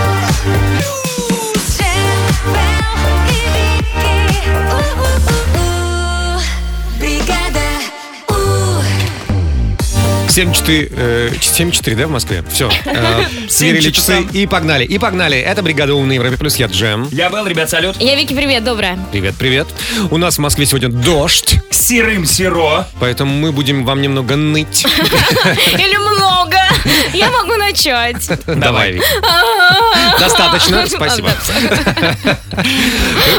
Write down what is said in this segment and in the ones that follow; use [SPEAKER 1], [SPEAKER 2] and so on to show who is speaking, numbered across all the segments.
[SPEAKER 1] Uh, Uh.
[SPEAKER 2] 7-4, э, 7-4, да, в Москве? Все. Сверили
[SPEAKER 3] 7
[SPEAKER 2] часы
[SPEAKER 3] часам.
[SPEAKER 2] и погнали. И погнали. Это бригада «Умный Европе Плюс». Я Джем.
[SPEAKER 3] Я был, ребят, салют.
[SPEAKER 4] Я Вики, привет, доброе.
[SPEAKER 2] Привет, привет. У нас в Москве сегодня дождь,
[SPEAKER 3] Сирым Сиро.
[SPEAKER 2] поэтому мы будем вам немного ныть.
[SPEAKER 4] Или много. Я могу начать.
[SPEAKER 2] Давай, Вик. Достаточно, спасибо.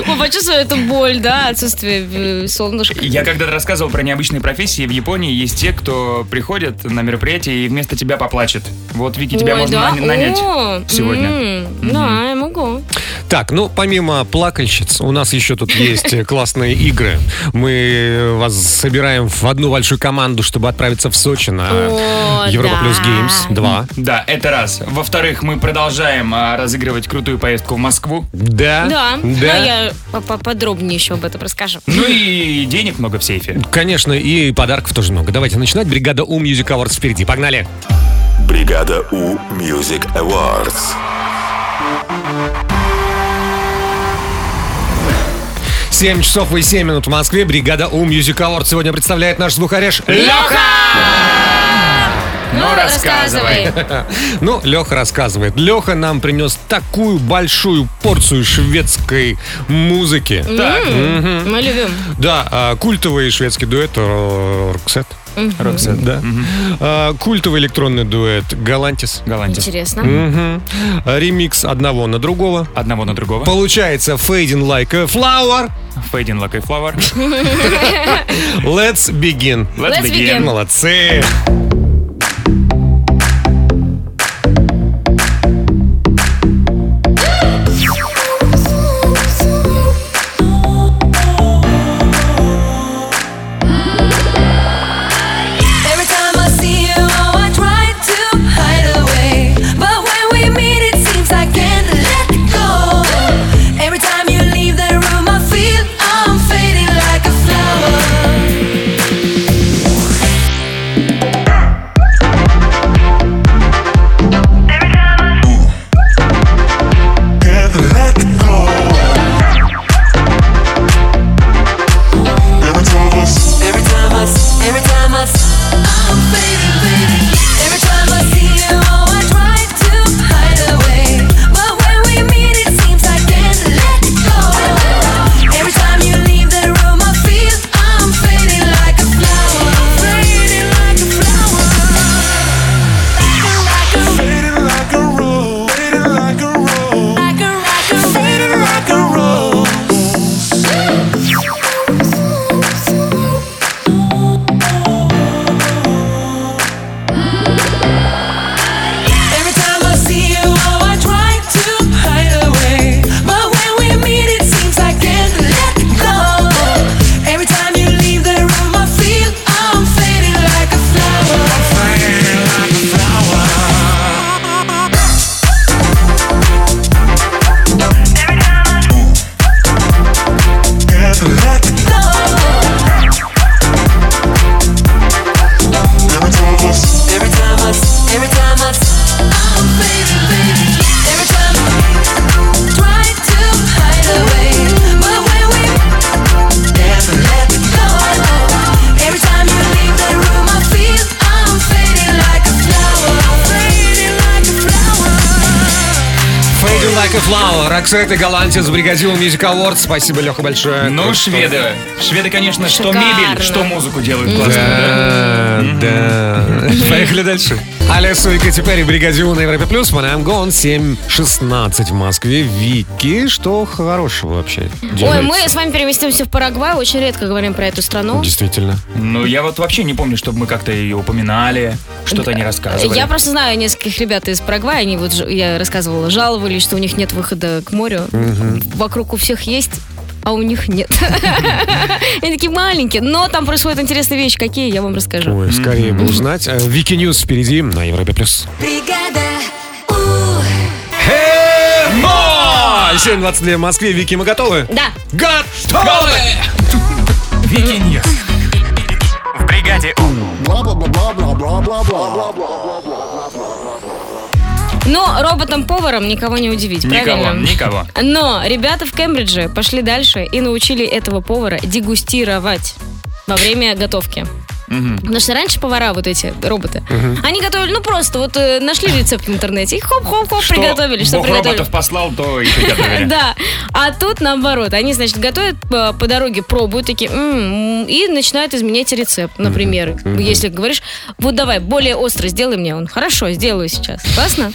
[SPEAKER 4] Мы почувствовали эту боль, да, отсутствие э, солнышка.
[SPEAKER 3] Я когда-то рассказывал про необычные профессии. В Японии есть те, кто приходят на мероприятие и вместо тебя поплачет. Вот, Вики, тебя
[SPEAKER 4] Ой,
[SPEAKER 3] можно
[SPEAKER 4] да?
[SPEAKER 3] на- нанять
[SPEAKER 4] О,
[SPEAKER 3] сегодня.
[SPEAKER 4] м, Да, я могу.
[SPEAKER 2] Так, ну, помимо плакальщиц, у нас еще тут есть э, классные игры. Мы вас собираем в одну большую команду, чтобы отправиться в Сочи на
[SPEAKER 4] О,
[SPEAKER 2] Европа
[SPEAKER 4] да.
[SPEAKER 2] Плюс Геймс 2.
[SPEAKER 3] Да, это раз. Во-вторых, мы продолжаем а, разыгрывать крутую поездку в Москву. А?
[SPEAKER 2] Да.
[SPEAKER 4] Да, но
[SPEAKER 2] Да.
[SPEAKER 4] я по- по- подробнее еще об этом расскажу.
[SPEAKER 3] Ну и денег много в сейфе.
[SPEAKER 2] Конечно, и подарков тоже много. Давайте начинать. Бригада У Music Awards впереди. Погнали!
[SPEAKER 5] Бригада У Music Awards.
[SPEAKER 2] 7 часов и 7 минут в Москве. Бригада У Music Awards сегодня представляет наш звукореж
[SPEAKER 3] Ну, рассказывай.
[SPEAKER 2] Ну, Леха рассказывает. Леха нам принес такую большую порцию шведской музыки.
[SPEAKER 3] Так,
[SPEAKER 4] М, Мы любим.
[SPEAKER 2] Да, а, культовый шведский дуэт э, Роксет.
[SPEAKER 3] Роксет.
[SPEAKER 2] Да. А, Культовый электронный дуэт Галантис.
[SPEAKER 3] Галантис.
[SPEAKER 4] Интересно.
[SPEAKER 2] Мгм. А, Ремикс одного на другого.
[SPEAKER 3] Одного на другого.
[SPEAKER 2] Получается Fading Like a Flower.
[SPEAKER 3] Фейдин Лак и Флауэр.
[SPEAKER 2] Let's begin.
[SPEAKER 4] Let's begin.
[SPEAKER 2] Молодцы.
[SPEAKER 1] Every time I see you, oh, I try to hide away. But when we meet, it seems I can't let go. Every time you leave the room, I feel I'm fading like a flower. Every time I, every time I, I'm fading, baby. Every time I see you, oh, I try to hide away. But when we meet, it seems I can't let go. Every time you leave the room, I feel I'm fading like a flower. I'm fading like a flower. Like a, like a, Every time I see you, oh, I try to hide away. But when we meet, it seems I can't let go. Every time you leave the room, I feel I'm fading like a flower. Go. Every time I, every time I, I'm fading, baby. Every time I try to hide away, but when we never let go. Every time you leave the room, I feel I'm fading like a flower. I'm fading like a flower.
[SPEAKER 2] Fading Like a Flower. Роксет и Галантис. Бригадил Music Awards. Спасибо, Леха, большое. Э,
[SPEAKER 3] Ну,
[SPEAKER 2] Круто.
[SPEAKER 3] шведы. Шведы, конечно, что
[SPEAKER 4] Шикарно.
[SPEAKER 3] мебель, что музыку делают классно.
[SPEAKER 2] Да, да. Поехали дальше. Алиса и Кэти Перри, Бригадион на Европе Плюс, Манам Гон, 7.16 в Москве. Вики, что хорошего вообще
[SPEAKER 4] Ой,
[SPEAKER 2] делается?
[SPEAKER 4] мы с вами переместимся в Парагвай. Очень редко говорим про эту страну.
[SPEAKER 2] Действительно.
[SPEAKER 3] Ну, я вот вообще не помню, чтобы мы как-то ее упоминали, что-то не рассказывали.
[SPEAKER 4] Я просто знаю нескольких ребят из Парагвая, они вот, ж- я рассказывала, жаловались, что у них нет выхода к морю. Вокруг у всех есть, а у них нет. Они такие маленькие, но там происходят интересные вещи. Какие, я вам расскажу.
[SPEAKER 2] Ой, скорее бы узнать. Э, Вики Ньюс впереди на Европе Плюс.
[SPEAKER 1] Бригада У.
[SPEAKER 2] А, 7.22 в Москве. Вики, мы готовы?
[SPEAKER 4] Да,
[SPEAKER 2] Готовы!
[SPEAKER 3] Викиньев. В бригаде У.
[SPEAKER 4] но роботом-поваром никого не удивить,
[SPEAKER 3] Никого,
[SPEAKER 4] правильно?
[SPEAKER 3] никого.
[SPEAKER 4] Но ребята в Кембридже пошли дальше и научили этого повара дегустировать во время готовки. Потому что раньше повара, вот эти роботы, они готовили, ну просто вот э, нашли рецепт в интернете и хоп-хоп-хоп
[SPEAKER 3] Что
[SPEAKER 4] приготовили, что
[SPEAKER 3] бог
[SPEAKER 4] приготовили.
[SPEAKER 3] роботов послал, то и приготовили.
[SPEAKER 4] Да, а тут наоборот, они, значит, готовят э, по дороге, пробуют такие, «М, м», и начинают изменять рецепт, например. Если говоришь, вот давай, более остро сделай мне, он, хорошо, сделаю сейчас. Классно?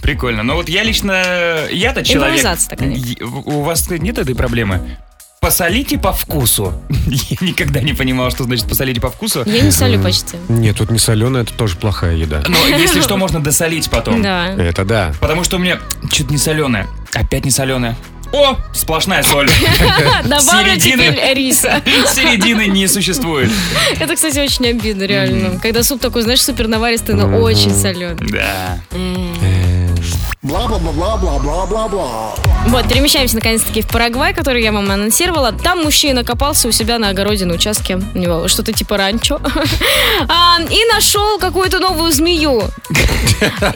[SPEAKER 3] Прикольно. Но вот я лично, я-то человек...
[SPEAKER 4] Импровизация такая.
[SPEAKER 3] Е- У вас нет этой проблемы? Посолите по вкусу. Я никогда не понимал, что значит посолите по вкусу.
[SPEAKER 4] Я не солю почти.
[SPEAKER 2] Нет, тут не соленая, это тоже плохая еда.
[SPEAKER 3] Но если что, можно досолить потом.
[SPEAKER 4] Да.
[SPEAKER 2] Это да.
[SPEAKER 3] Потому что у меня что-то не соленое. Опять не соленое. О, сплошная соль. Э,
[SPEAKER 4] Добавлю
[SPEAKER 3] середины.
[SPEAKER 4] теперь риса.
[SPEAKER 3] Середины не существует.
[SPEAKER 4] Это, кстати, очень обидно, реально. Когда суп такой, знаешь, супер наваристый, но очень соленый.
[SPEAKER 3] Да.
[SPEAKER 4] Вот, перемещаемся наконец-таки в Парагвай, который я вам анонсировала. Там мужчина копался у себя на огороде на участке. У него что-то типа ранчо. А, И нашел какую-то новую змею.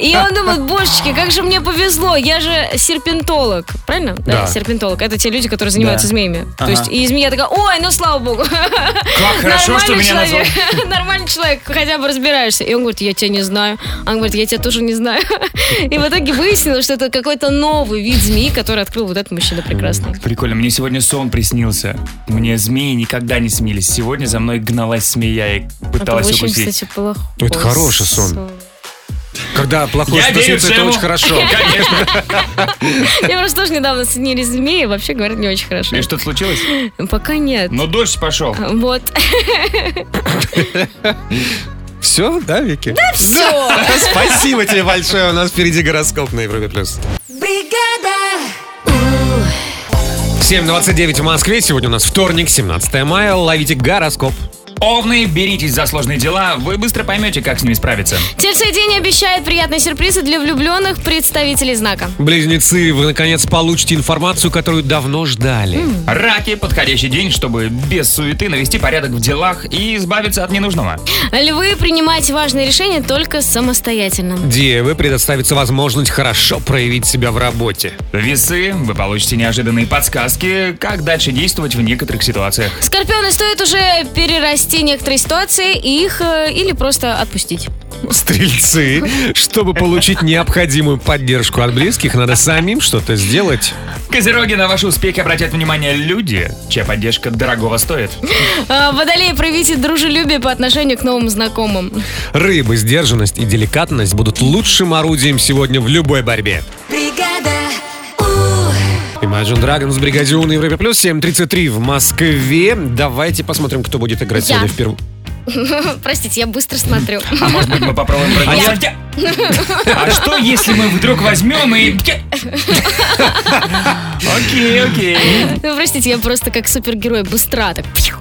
[SPEAKER 4] И он думает, божечки, как же мне повезло, я же серпентолог. Правильно?
[SPEAKER 2] Да.
[SPEAKER 4] серпентолог. Это те люди, которые занимаются
[SPEAKER 3] Да.
[SPEAKER 4] змеями. То
[SPEAKER 3] Ага.
[SPEAKER 4] есть, и змея такая, ой, ну слава богу.
[SPEAKER 3] Как хорошо, что
[SPEAKER 4] Нормальный
[SPEAKER 3] меня назвал.
[SPEAKER 4] человек. Нормальный человек, хотя бы разбираешься. И он говорит, я тебя не знаю. Он говорит, я тебя тоже не знаю. И в итоге выяснилось, что это какой-то новый вид змеи, который открыл вот этот мужчина прекрасный. А
[SPEAKER 3] Прикольно, мне сегодня сон приснился. Мне змеи никогда не смелись. Сегодня за мной гналась змея и
[SPEAKER 4] Это
[SPEAKER 3] пыталась
[SPEAKER 4] очень,
[SPEAKER 3] укусить.
[SPEAKER 4] кстати, плохой
[SPEAKER 2] Это хороший сон. Когда плохой
[SPEAKER 3] Я
[SPEAKER 2] что
[SPEAKER 3] верю
[SPEAKER 2] снится, это
[SPEAKER 3] Джему.
[SPEAKER 2] очень хорошо.
[SPEAKER 3] Конечно.
[SPEAKER 4] Я просто тоже недавно снили змеи, вообще говорят, не очень хорошо. Ну,
[SPEAKER 3] И что-то случилось?
[SPEAKER 4] Пока нет. А,
[SPEAKER 3] Но дождь пошел.
[SPEAKER 4] Вот.
[SPEAKER 2] Все, да, Вики? Да,
[SPEAKER 4] Все.
[SPEAKER 2] Спасибо тебе большое. У нас впереди гороскоп на Европе плюс.
[SPEAKER 1] Бригада!
[SPEAKER 2] 7.29 в Москве. Сегодня у нас вторник, 17 мая. Ловите гороскоп.
[SPEAKER 3] Овны, беритесь за сложные дела. Вы быстро поймете, как с ними справиться.
[SPEAKER 4] Тельцы день обещает приятные сюрпризы для влюбленных представителей знака.
[SPEAKER 2] Близнецы, вы наконец получите информацию, которую давно ждали.
[SPEAKER 3] Раки, подходящий день, чтобы без суеты навести порядок в делах и избавиться от ненужного.
[SPEAKER 4] Львы принимайте важные решения только самостоятельно.
[SPEAKER 2] Девы предоставится возможность хорошо проявить себя в работе.
[SPEAKER 3] Весы, вы получите неожиданные подсказки, как дальше действовать в некоторых ситуациях.
[SPEAKER 4] Скорпионы стоит уже перерасти некоторые ситуации и их э, или просто отпустить.
[SPEAKER 2] Стрельцы, чтобы получить необходимую поддержку от близких, надо самим что-то сделать.
[SPEAKER 3] Козероги, на ваши успехи обратят внимание люди, чья поддержка дорогого стоит.
[SPEAKER 4] А, Водолеи проявите дружелюбие по отношению к новым знакомым.
[SPEAKER 2] Рыбы, сдержанность и деликатность будут лучшим орудием сегодня в любой борьбе.
[SPEAKER 1] Бригада! У!
[SPEAKER 2] Imagine Dragons, Бригадион на Европе Плюс, 7.33 в Москве. Давайте посмотрим, кто будет играть
[SPEAKER 4] Я.
[SPEAKER 2] сегодня впервые.
[SPEAKER 4] Простите, я быстро смотрю.
[SPEAKER 3] А может быть мы попробуем проголосовать? А что, если мы вдруг возьмем и... Окей, окей.
[SPEAKER 4] Ну, простите, я просто как супергерой быстро так. пью.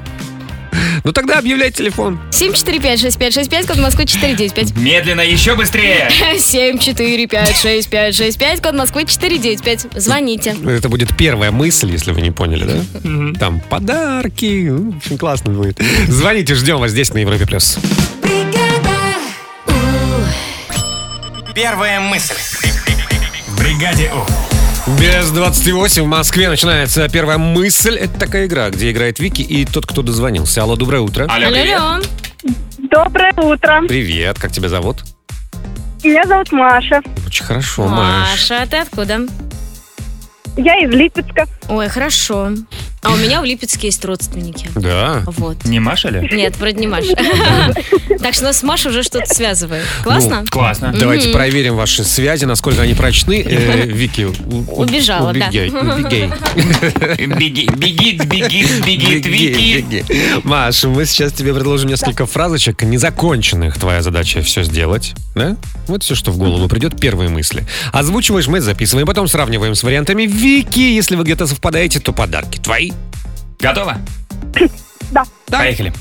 [SPEAKER 2] Ну тогда объявляй телефон.
[SPEAKER 4] 7456565, код Москвы 495.
[SPEAKER 3] Медленно, еще быстрее.
[SPEAKER 4] 7456565, код Москвы 495. Звоните.
[SPEAKER 2] Это будет первая мысль, если вы не поняли, да? Там подарки. м, Очень классно будет. Звоните, ждем вас здесь на Европе Плюс.
[SPEAKER 1] Бригада!
[SPEAKER 6] Первая мысль. В бригаде У.
[SPEAKER 2] Без 28 в Москве начинается первая мысль. Это такая игра, где играет Вики и тот, кто дозвонился. Алло, доброе утро.
[SPEAKER 3] Алло,
[SPEAKER 4] Алло,
[SPEAKER 3] привет.
[SPEAKER 4] алло.
[SPEAKER 7] Доброе утро.
[SPEAKER 2] Привет, как тебя зовут?
[SPEAKER 7] Меня зовут Маша.
[SPEAKER 2] Очень хорошо, Маш.
[SPEAKER 4] Маша, а ты откуда?
[SPEAKER 7] Я из Липецка.
[SPEAKER 4] Ой, хорошо. А у меня в Липецке есть родственники.
[SPEAKER 2] Да.
[SPEAKER 4] Вот.
[SPEAKER 3] Не Маша ли?
[SPEAKER 4] Нет, вроде не Маша. Так что нас с Машей уже что-то связывает. Классно?
[SPEAKER 3] Классно.
[SPEAKER 2] Давайте проверим ваши связи, насколько они прочны. Э, Вики, у- у-
[SPEAKER 4] Убежала, да.
[SPEAKER 2] убегай, убегай.
[SPEAKER 3] Беги, беги, беги, беги, твики.
[SPEAKER 2] беги. Маша, мы сейчас тебе предложим несколько фразочек незаконченных. Твоя задача все сделать, да? Вот все, что в голову придет, первые мысли. Озвучиваешь, мы записываем, потом сравниваем с вариантами Вики. Если вы где-то совпадаете, то подарки твои.
[SPEAKER 3] Готово?
[SPEAKER 7] Да.
[SPEAKER 3] Поехали.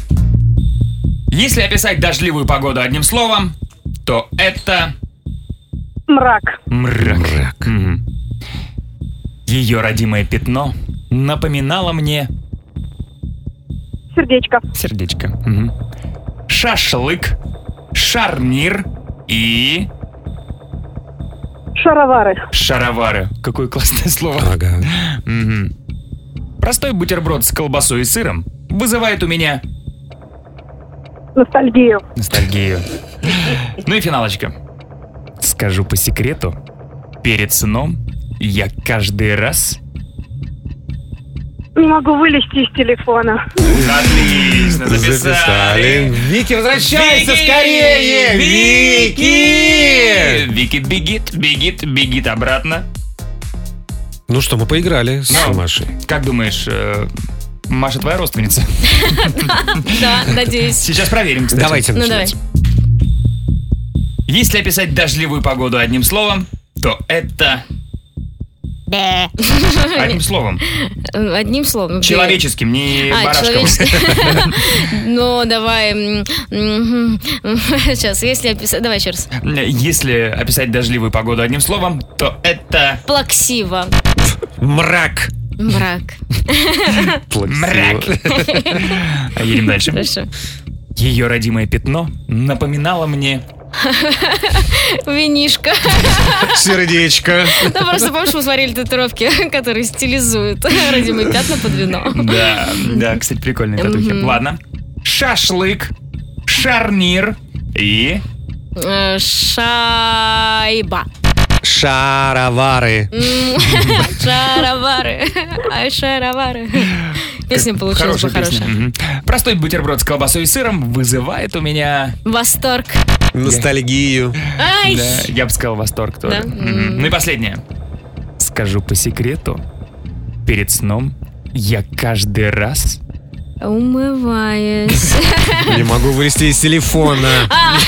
[SPEAKER 3] Если описать дождливую погоду одним словом, то это
[SPEAKER 7] Мрак.
[SPEAKER 3] мрак. Мгм. Ее родимое пятно напоминало мне
[SPEAKER 7] Сердечко.
[SPEAKER 3] сердечко. Мгм. Шашлык, шарнир и
[SPEAKER 7] Шаровары.
[SPEAKER 3] шаровары. Какое классное слово.
[SPEAKER 2] Ага.
[SPEAKER 3] Мгм. Простой бутерброд с колбасой и сыром вызывает у меня
[SPEAKER 7] Ностальгию.
[SPEAKER 3] Ностальгию. Ну и финалочка. Скажу по секрету. Перед сном я каждый раз...
[SPEAKER 7] Не могу вылезти из телефона.
[SPEAKER 3] Отлично,
[SPEAKER 2] Записали. Вики, возвращайся
[SPEAKER 3] Беги!
[SPEAKER 2] скорее! Вики!
[SPEAKER 3] Вики бегит, бегит, бегит обратно.
[SPEAKER 2] Ну что, мы поиграли с
[SPEAKER 3] Ну.
[SPEAKER 2] Машей.
[SPEAKER 3] Как думаешь, э, Маша твоя родственница?
[SPEAKER 4] Да, надеюсь.
[SPEAKER 3] Сейчас проверим, кстати.
[SPEAKER 2] Давайте
[SPEAKER 4] Ну давай.
[SPEAKER 2] начинать.
[SPEAKER 3] Если описать дождливую погоду одним словом, то это... Одним словом.
[SPEAKER 4] Э, Одним словом. ну,
[SPEAKER 3] Человеческим, не
[SPEAKER 4] А,
[SPEAKER 3] барашковым.
[SPEAKER 4] человеческий. Ну, давай. м, м, м, Сейчас, если описать... Давай еще раз.
[SPEAKER 3] Если описать дождливую погоду одним словом, то это...
[SPEAKER 4] Плаксиво.
[SPEAKER 2] Мрак.
[SPEAKER 4] Мрак.
[SPEAKER 3] Мрак. А Едем дальше.
[SPEAKER 4] Хорошо.
[SPEAKER 3] Ее родимое пятно напоминало мне...
[SPEAKER 4] Винишка.
[SPEAKER 2] Сердечко.
[SPEAKER 4] Да просто помнишь, мы смотрели татуировки, которые стилизуют родимые пятна под вино.
[SPEAKER 3] Да, да, кстати, прикольные татухи.
[SPEAKER 4] Мгм.
[SPEAKER 3] Ладно. Шашлык, шарнир и...
[SPEAKER 4] Э, Шайба.
[SPEAKER 2] Шаровары.
[SPEAKER 4] М, Шаровары. Ай, шаровары. Песня получилась бы
[SPEAKER 3] Хорошая песня.
[SPEAKER 4] хорошая.
[SPEAKER 3] Мгм. Простой бутерброд с колбасой и сыром вызывает у меня...
[SPEAKER 4] Восторг.
[SPEAKER 2] Ностальгию.
[SPEAKER 4] Ай,
[SPEAKER 3] Да, я бы сказал восторг тоже.
[SPEAKER 4] Да?
[SPEAKER 3] Мгм. Ну и последнее. Скажу по секрету, перед сном я каждый раз...
[SPEAKER 4] Умываясь.
[SPEAKER 2] Не могу вылезти из телефона.
[SPEAKER 4] А,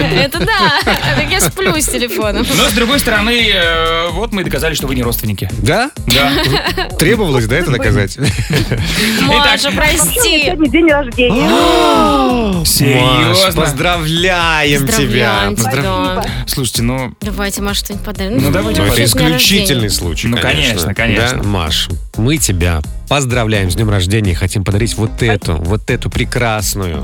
[SPEAKER 4] это да. Так я сплю с телефоном.
[SPEAKER 3] Но с другой стороны, э, вот мы и доказали, что вы не родственники.
[SPEAKER 2] Да?
[SPEAKER 3] Да.
[SPEAKER 2] Требовалось, да, это доказать?
[SPEAKER 4] Маша, прости.
[SPEAKER 7] Сегодня день рождения.
[SPEAKER 2] А. Маш,
[SPEAKER 3] Серьезно?
[SPEAKER 2] поздравляем тебя.
[SPEAKER 4] Поздравляем тебя. да.
[SPEAKER 3] Слушайте, ну...
[SPEAKER 4] Давайте, Маша, что-нибудь подарим.
[SPEAKER 3] Ну, давайте
[SPEAKER 2] Ну, это
[SPEAKER 3] Подарок.
[SPEAKER 2] исключительный случай,
[SPEAKER 3] Ну, конечно, конечно.
[SPEAKER 2] Да, Маш, мы тебя поздравляем с днем рождения. Хотим подарить вот эту, вот эту прекрасную.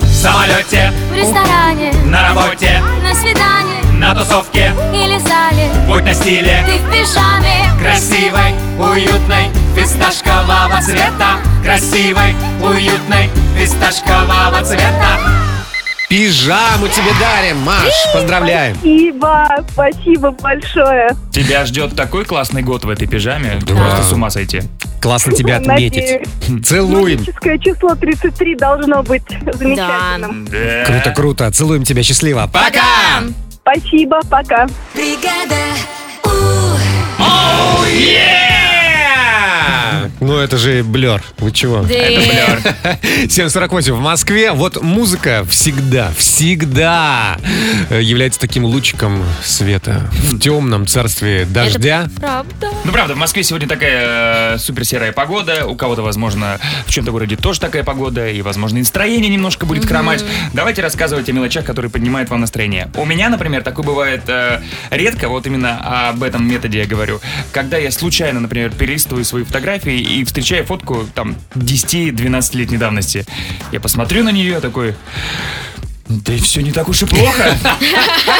[SPEAKER 3] В самолете,
[SPEAKER 8] В ресторане,
[SPEAKER 3] на работе,
[SPEAKER 8] на свидании
[SPEAKER 3] на тусовке,
[SPEAKER 8] или зале
[SPEAKER 3] будь на стиле.
[SPEAKER 8] Ты в пижаме
[SPEAKER 3] Красивой, уютной, фисташкового цвета. Красивой, уютной, фисташкового цвета.
[SPEAKER 2] Пижаму тебе дарим, Маш, поздравляем.
[SPEAKER 7] Спасибо, спасибо большое.
[SPEAKER 3] Тебя ждет такой классный год в этой пижаме.
[SPEAKER 2] Да.
[SPEAKER 3] Просто с ума сойти.
[SPEAKER 2] Классно тебя отметить.
[SPEAKER 7] Надеюсь.
[SPEAKER 2] Целуем.
[SPEAKER 7] Магическое число 33 должно быть замечательным.
[SPEAKER 2] Круто, круто. Целуем тебя. Счастливо. Пока!
[SPEAKER 7] Спасибо, пока.
[SPEAKER 2] Ну, это же блер. Вы чего?
[SPEAKER 4] Да.
[SPEAKER 2] 7.48 в Москве. Вот музыка всегда, всегда э, является таким лучиком света в темном царстве дождя.
[SPEAKER 4] Правда.
[SPEAKER 3] Ну правда, в Москве сегодня такая э, супер серая погода. У кого-то, возможно, в чем-то городе тоже такая погода. И, возможно, и настроение немножко будет хромать. Давайте рассказывать о мелочах, которые поднимают вам настроение. У меня, например, такое бывает э, редко. Вот именно об этом методе я говорю. Когда я случайно, например, перелистываю свои фотографии и встречаю фотку там 10-12-летней давности. Я посмотрю на нее такой... Да и все не так уж и плохо.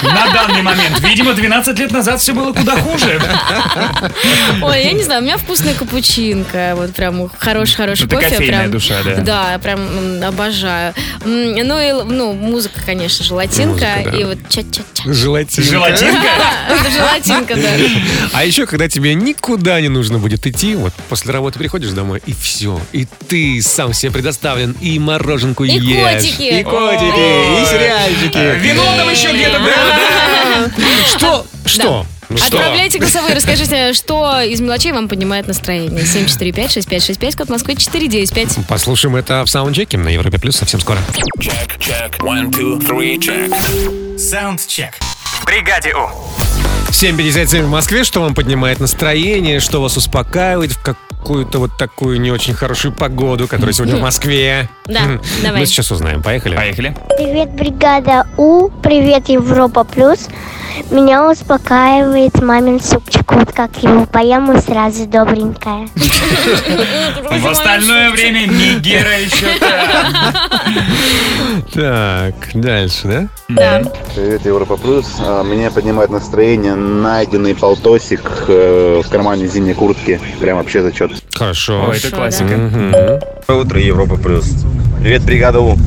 [SPEAKER 3] На данный момент. Видимо, 12 лет назад все было куда хуже.
[SPEAKER 4] Ой, я не знаю, у меня вкусная капучинка. Вот прям хороший-хороший
[SPEAKER 3] Ну, ты
[SPEAKER 4] кофе.
[SPEAKER 3] кофейная
[SPEAKER 4] прям-
[SPEAKER 3] душа, да.
[SPEAKER 4] Да, прям м, обожаю. М, Ну и ну, музыка, конечно, желатинка.
[SPEAKER 2] Музыка, да.
[SPEAKER 4] И вот ча-ча-ча.
[SPEAKER 2] Желательно.
[SPEAKER 3] Желатинка?
[SPEAKER 4] Это Желатинка, да.
[SPEAKER 2] А еще, когда тебе никуда не нужно будет идти, вот после работы приходишь домой, и все. И ты сам себе предоставлен, и мороженку
[SPEAKER 4] И
[SPEAKER 2] ешь.
[SPEAKER 4] котики.
[SPEAKER 2] И котики,
[SPEAKER 3] Ой. Э,
[SPEAKER 2] и сериальчики.
[SPEAKER 3] Вино там еще где-то было, да?
[SPEAKER 2] Что? Что? Ну что?
[SPEAKER 4] Отправляйте голосовые, расскажите, что из мелочей вам поднимает настроение. 745-6565, код Москвы 495.
[SPEAKER 2] Послушаем это в саундчеке на Европе Плюс совсем скоро.
[SPEAKER 6] Саундчек.
[SPEAKER 2] 7.57 в Москве. Что вам поднимает настроение, что вас успокаивает в какую-то вот такую не очень хорошую погоду, которая сегодня в Москве?
[SPEAKER 4] Да,
[SPEAKER 2] М,
[SPEAKER 4] давай.
[SPEAKER 2] Мы сейчас узнаем. Поехали.
[SPEAKER 3] Поехали.
[SPEAKER 9] Привет, бригада У, привет, Европа Плюс. Меня успокаивает мамин супчик. Вот как его поем и сразу добренькая.
[SPEAKER 3] В остальное время Нигера еще там.
[SPEAKER 2] Так, дальше, да?
[SPEAKER 10] Привет, Европа Плюс. А, Меня поднимает настроение найденный полтосик э, в кармане зимней куртки. Прям вообще зачет.
[SPEAKER 2] Хорошо.
[SPEAKER 3] Ой, это классика.
[SPEAKER 2] Мгм.
[SPEAKER 10] Доброе утро, Европа Плюс. Привет, бригада У. В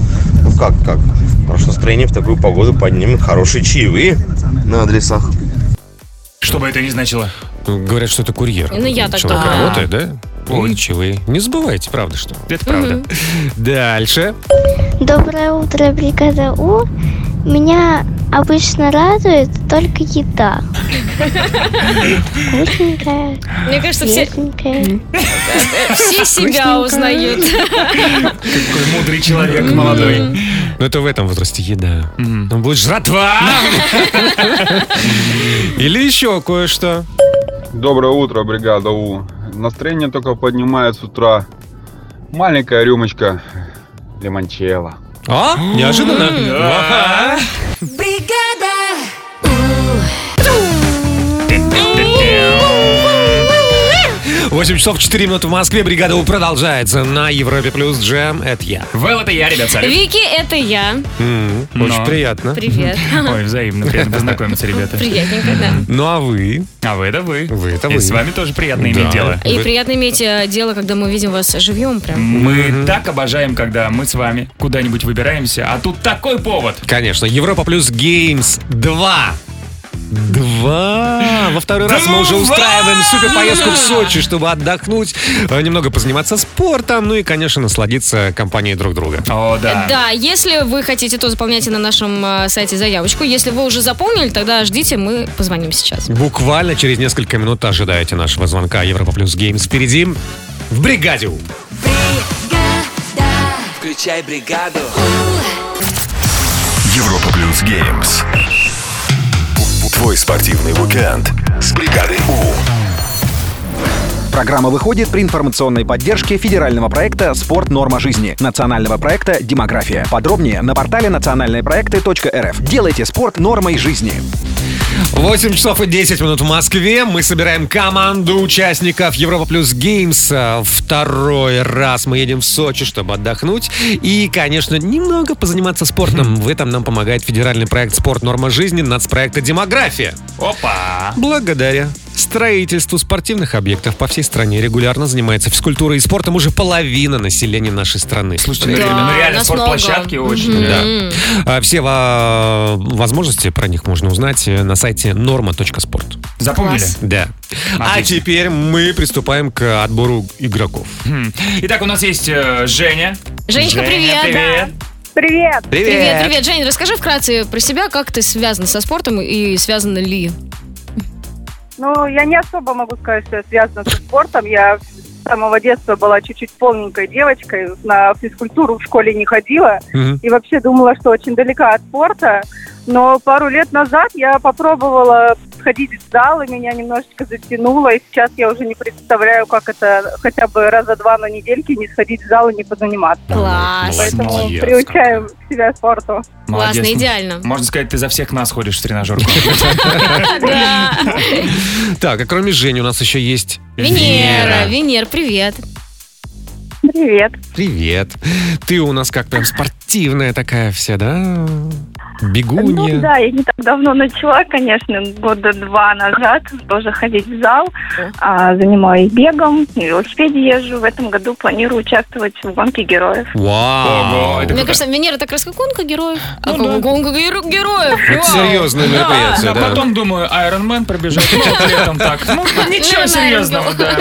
[SPEAKER 11] Ну как, как? Хорошо настроение в такую погоду поднимет хорошие чаевые на адресах.
[SPEAKER 3] Что бы это ни значило.
[SPEAKER 2] Говорят, что это курьер.
[SPEAKER 4] Ну, я так
[SPEAKER 2] Человек
[SPEAKER 4] думаю.
[SPEAKER 2] работает, да? А. Ой, чаевые. Не забывайте, правда что? Это
[SPEAKER 4] правда.
[SPEAKER 2] Дальше.
[SPEAKER 9] Доброе утро, бригада У. Меня обычно радует только еда. Вкусненькая.
[SPEAKER 4] Мне кажется, все-
[SPEAKER 9] вкусненькая.
[SPEAKER 4] Все себя узнают.
[SPEAKER 3] Какой мудрый человек, молодой.
[SPEAKER 2] Ну, это в этом возрасте еда. Там будет жратва! Или еще кое-что.
[SPEAKER 12] Доброе утро, бригада У. Настроение только поднимает с утра. Маленькая рюмочка лимончелла.
[SPEAKER 2] А?
[SPEAKER 12] Неожиданно.
[SPEAKER 2] Восемь часов 4 минуты в Москве. Бригада У продолжается на Европе Плюс Джем. Это я.
[SPEAKER 3] Вэл, это я, ребят, салют.
[SPEAKER 4] Вики, это я.
[SPEAKER 2] М, Очень
[SPEAKER 3] Но.
[SPEAKER 2] приятно.
[SPEAKER 4] Привет.
[SPEAKER 3] Ой, взаимно. Приятно познакомиться, ребята.
[SPEAKER 4] Приятненько, да.
[SPEAKER 2] Ну а вы?
[SPEAKER 3] А вы это вы.
[SPEAKER 2] Вы это
[SPEAKER 3] И
[SPEAKER 2] вы.
[SPEAKER 3] с вами тоже приятно
[SPEAKER 2] Да.
[SPEAKER 3] иметь дело.
[SPEAKER 4] И приятно иметь э, дело, когда мы видим вас живьем прям.
[SPEAKER 3] Мы так обожаем, когда мы с вами куда-нибудь выбираемся, а тут такой повод.
[SPEAKER 2] Конечно. Европа Плюс Геймс 2. Два. Во второй раз мы уже
[SPEAKER 3] Два!
[SPEAKER 2] устраиваем супер поездку в Сочи, чтобы отдохнуть, э, немного позаниматься спортом, ну и, конечно, насладиться компанией друг друга.
[SPEAKER 3] О,
[SPEAKER 4] Да, если вы хотите, то заполняйте на нашем э, сайте заявочку. Если вы уже заполнили, тогда ждите, мы позвоним сейчас.
[SPEAKER 2] Буквально через несколько минут ожидаете нашего звонка Европа Плюс Геймс. Впереди в бригаде. У.
[SPEAKER 13] Включай бригаду.
[SPEAKER 5] Европа плюс геймс. Твой спортивный уикенд с бригадой У.
[SPEAKER 14] Программа выходит при информационной поддержке федерального проекта «Спорт. Норма жизни» национального проекта «Демография». Подробнее на портале национальныепроекты.рф. Делайте спорт нормой жизни.
[SPEAKER 2] 8 часов и 10 минут в Москве. Мы собираем команду участников Европа Плюс Геймс. А, Второй раз мы едем в Сочи, чтобы отдохнуть. И, конечно, немного позаниматься спортом. В этом нам помогает федеральный проект «Спорт. Норма жизни» нацпроекта «Демография».
[SPEAKER 3] Опа!
[SPEAKER 2] Благодаря строительству спортивных объектов по всей стране регулярно занимается физкультурой и спортом уже половина населения нашей страны. Слушайте,
[SPEAKER 3] ну, Да, реально, ну, реально, нас спортплощадки много. очень, Мгм. да.
[SPEAKER 2] Да. А, Все во- возможности про них можно узнать э, на сайте norma.sport.
[SPEAKER 3] Запомнили? Класс.
[SPEAKER 2] Да. А теперь мы приступаем к отбору игроков.
[SPEAKER 3] Хм. Итак, у нас есть э, Женя.
[SPEAKER 4] Женечка, привет.
[SPEAKER 3] привет.
[SPEAKER 7] Привет.
[SPEAKER 4] Привет, привет. Жень, расскажи вкратце про себя, как ты связана со спортом и связана ли?
[SPEAKER 7] Ну, я не особо могу сказать, что я связана со спортом. Я с самого детства была чуть-чуть полненькой девочкой, на физкультуру в школе не ходила.
[SPEAKER 1] Мгм.
[SPEAKER 7] И вообще думала, что очень далека от спорта. Но пару лет назад я попробовала сходить в зал, и меня немножечко затянуло. И сейчас я уже не представляю, как это хотя бы раза два на недельке не сходить в зал и не позаниматься.
[SPEAKER 4] Класс.
[SPEAKER 7] Поэтому
[SPEAKER 3] Молодец
[SPEAKER 7] приучаем себя к спорту.
[SPEAKER 3] Молодец.
[SPEAKER 4] Классно, идеально.
[SPEAKER 3] Можно сказать, ты за всех нас ходишь в тренажерку.
[SPEAKER 2] Так, а кроме Жени у нас еще есть...
[SPEAKER 4] Венера, Венер, привет.
[SPEAKER 7] Привет.
[SPEAKER 2] Привет. Ты у нас как прям спортивная такая вся, да? Бегунья.
[SPEAKER 15] Ну да, я не так давно начала, конечно, года два назад тоже ходить в зал. А, занимаюсь бегом, на велосипеде езжу. В этом году планирую участвовать в гонке героев.
[SPEAKER 2] Вау.
[SPEAKER 3] Ого, это
[SPEAKER 4] Мне
[SPEAKER 3] круто.
[SPEAKER 4] кажется, Венера это как раз как гонка героев. А как Гонка геро- героев.
[SPEAKER 2] Это
[SPEAKER 4] Вау.
[SPEAKER 2] серьезное
[SPEAKER 4] Да.
[SPEAKER 2] мероприятие, да.
[SPEAKER 3] А Потом думаю, Iron Man пробежал ну, летом так. Ну, ничего
[SPEAKER 4] Наверное,
[SPEAKER 3] серьезного, да.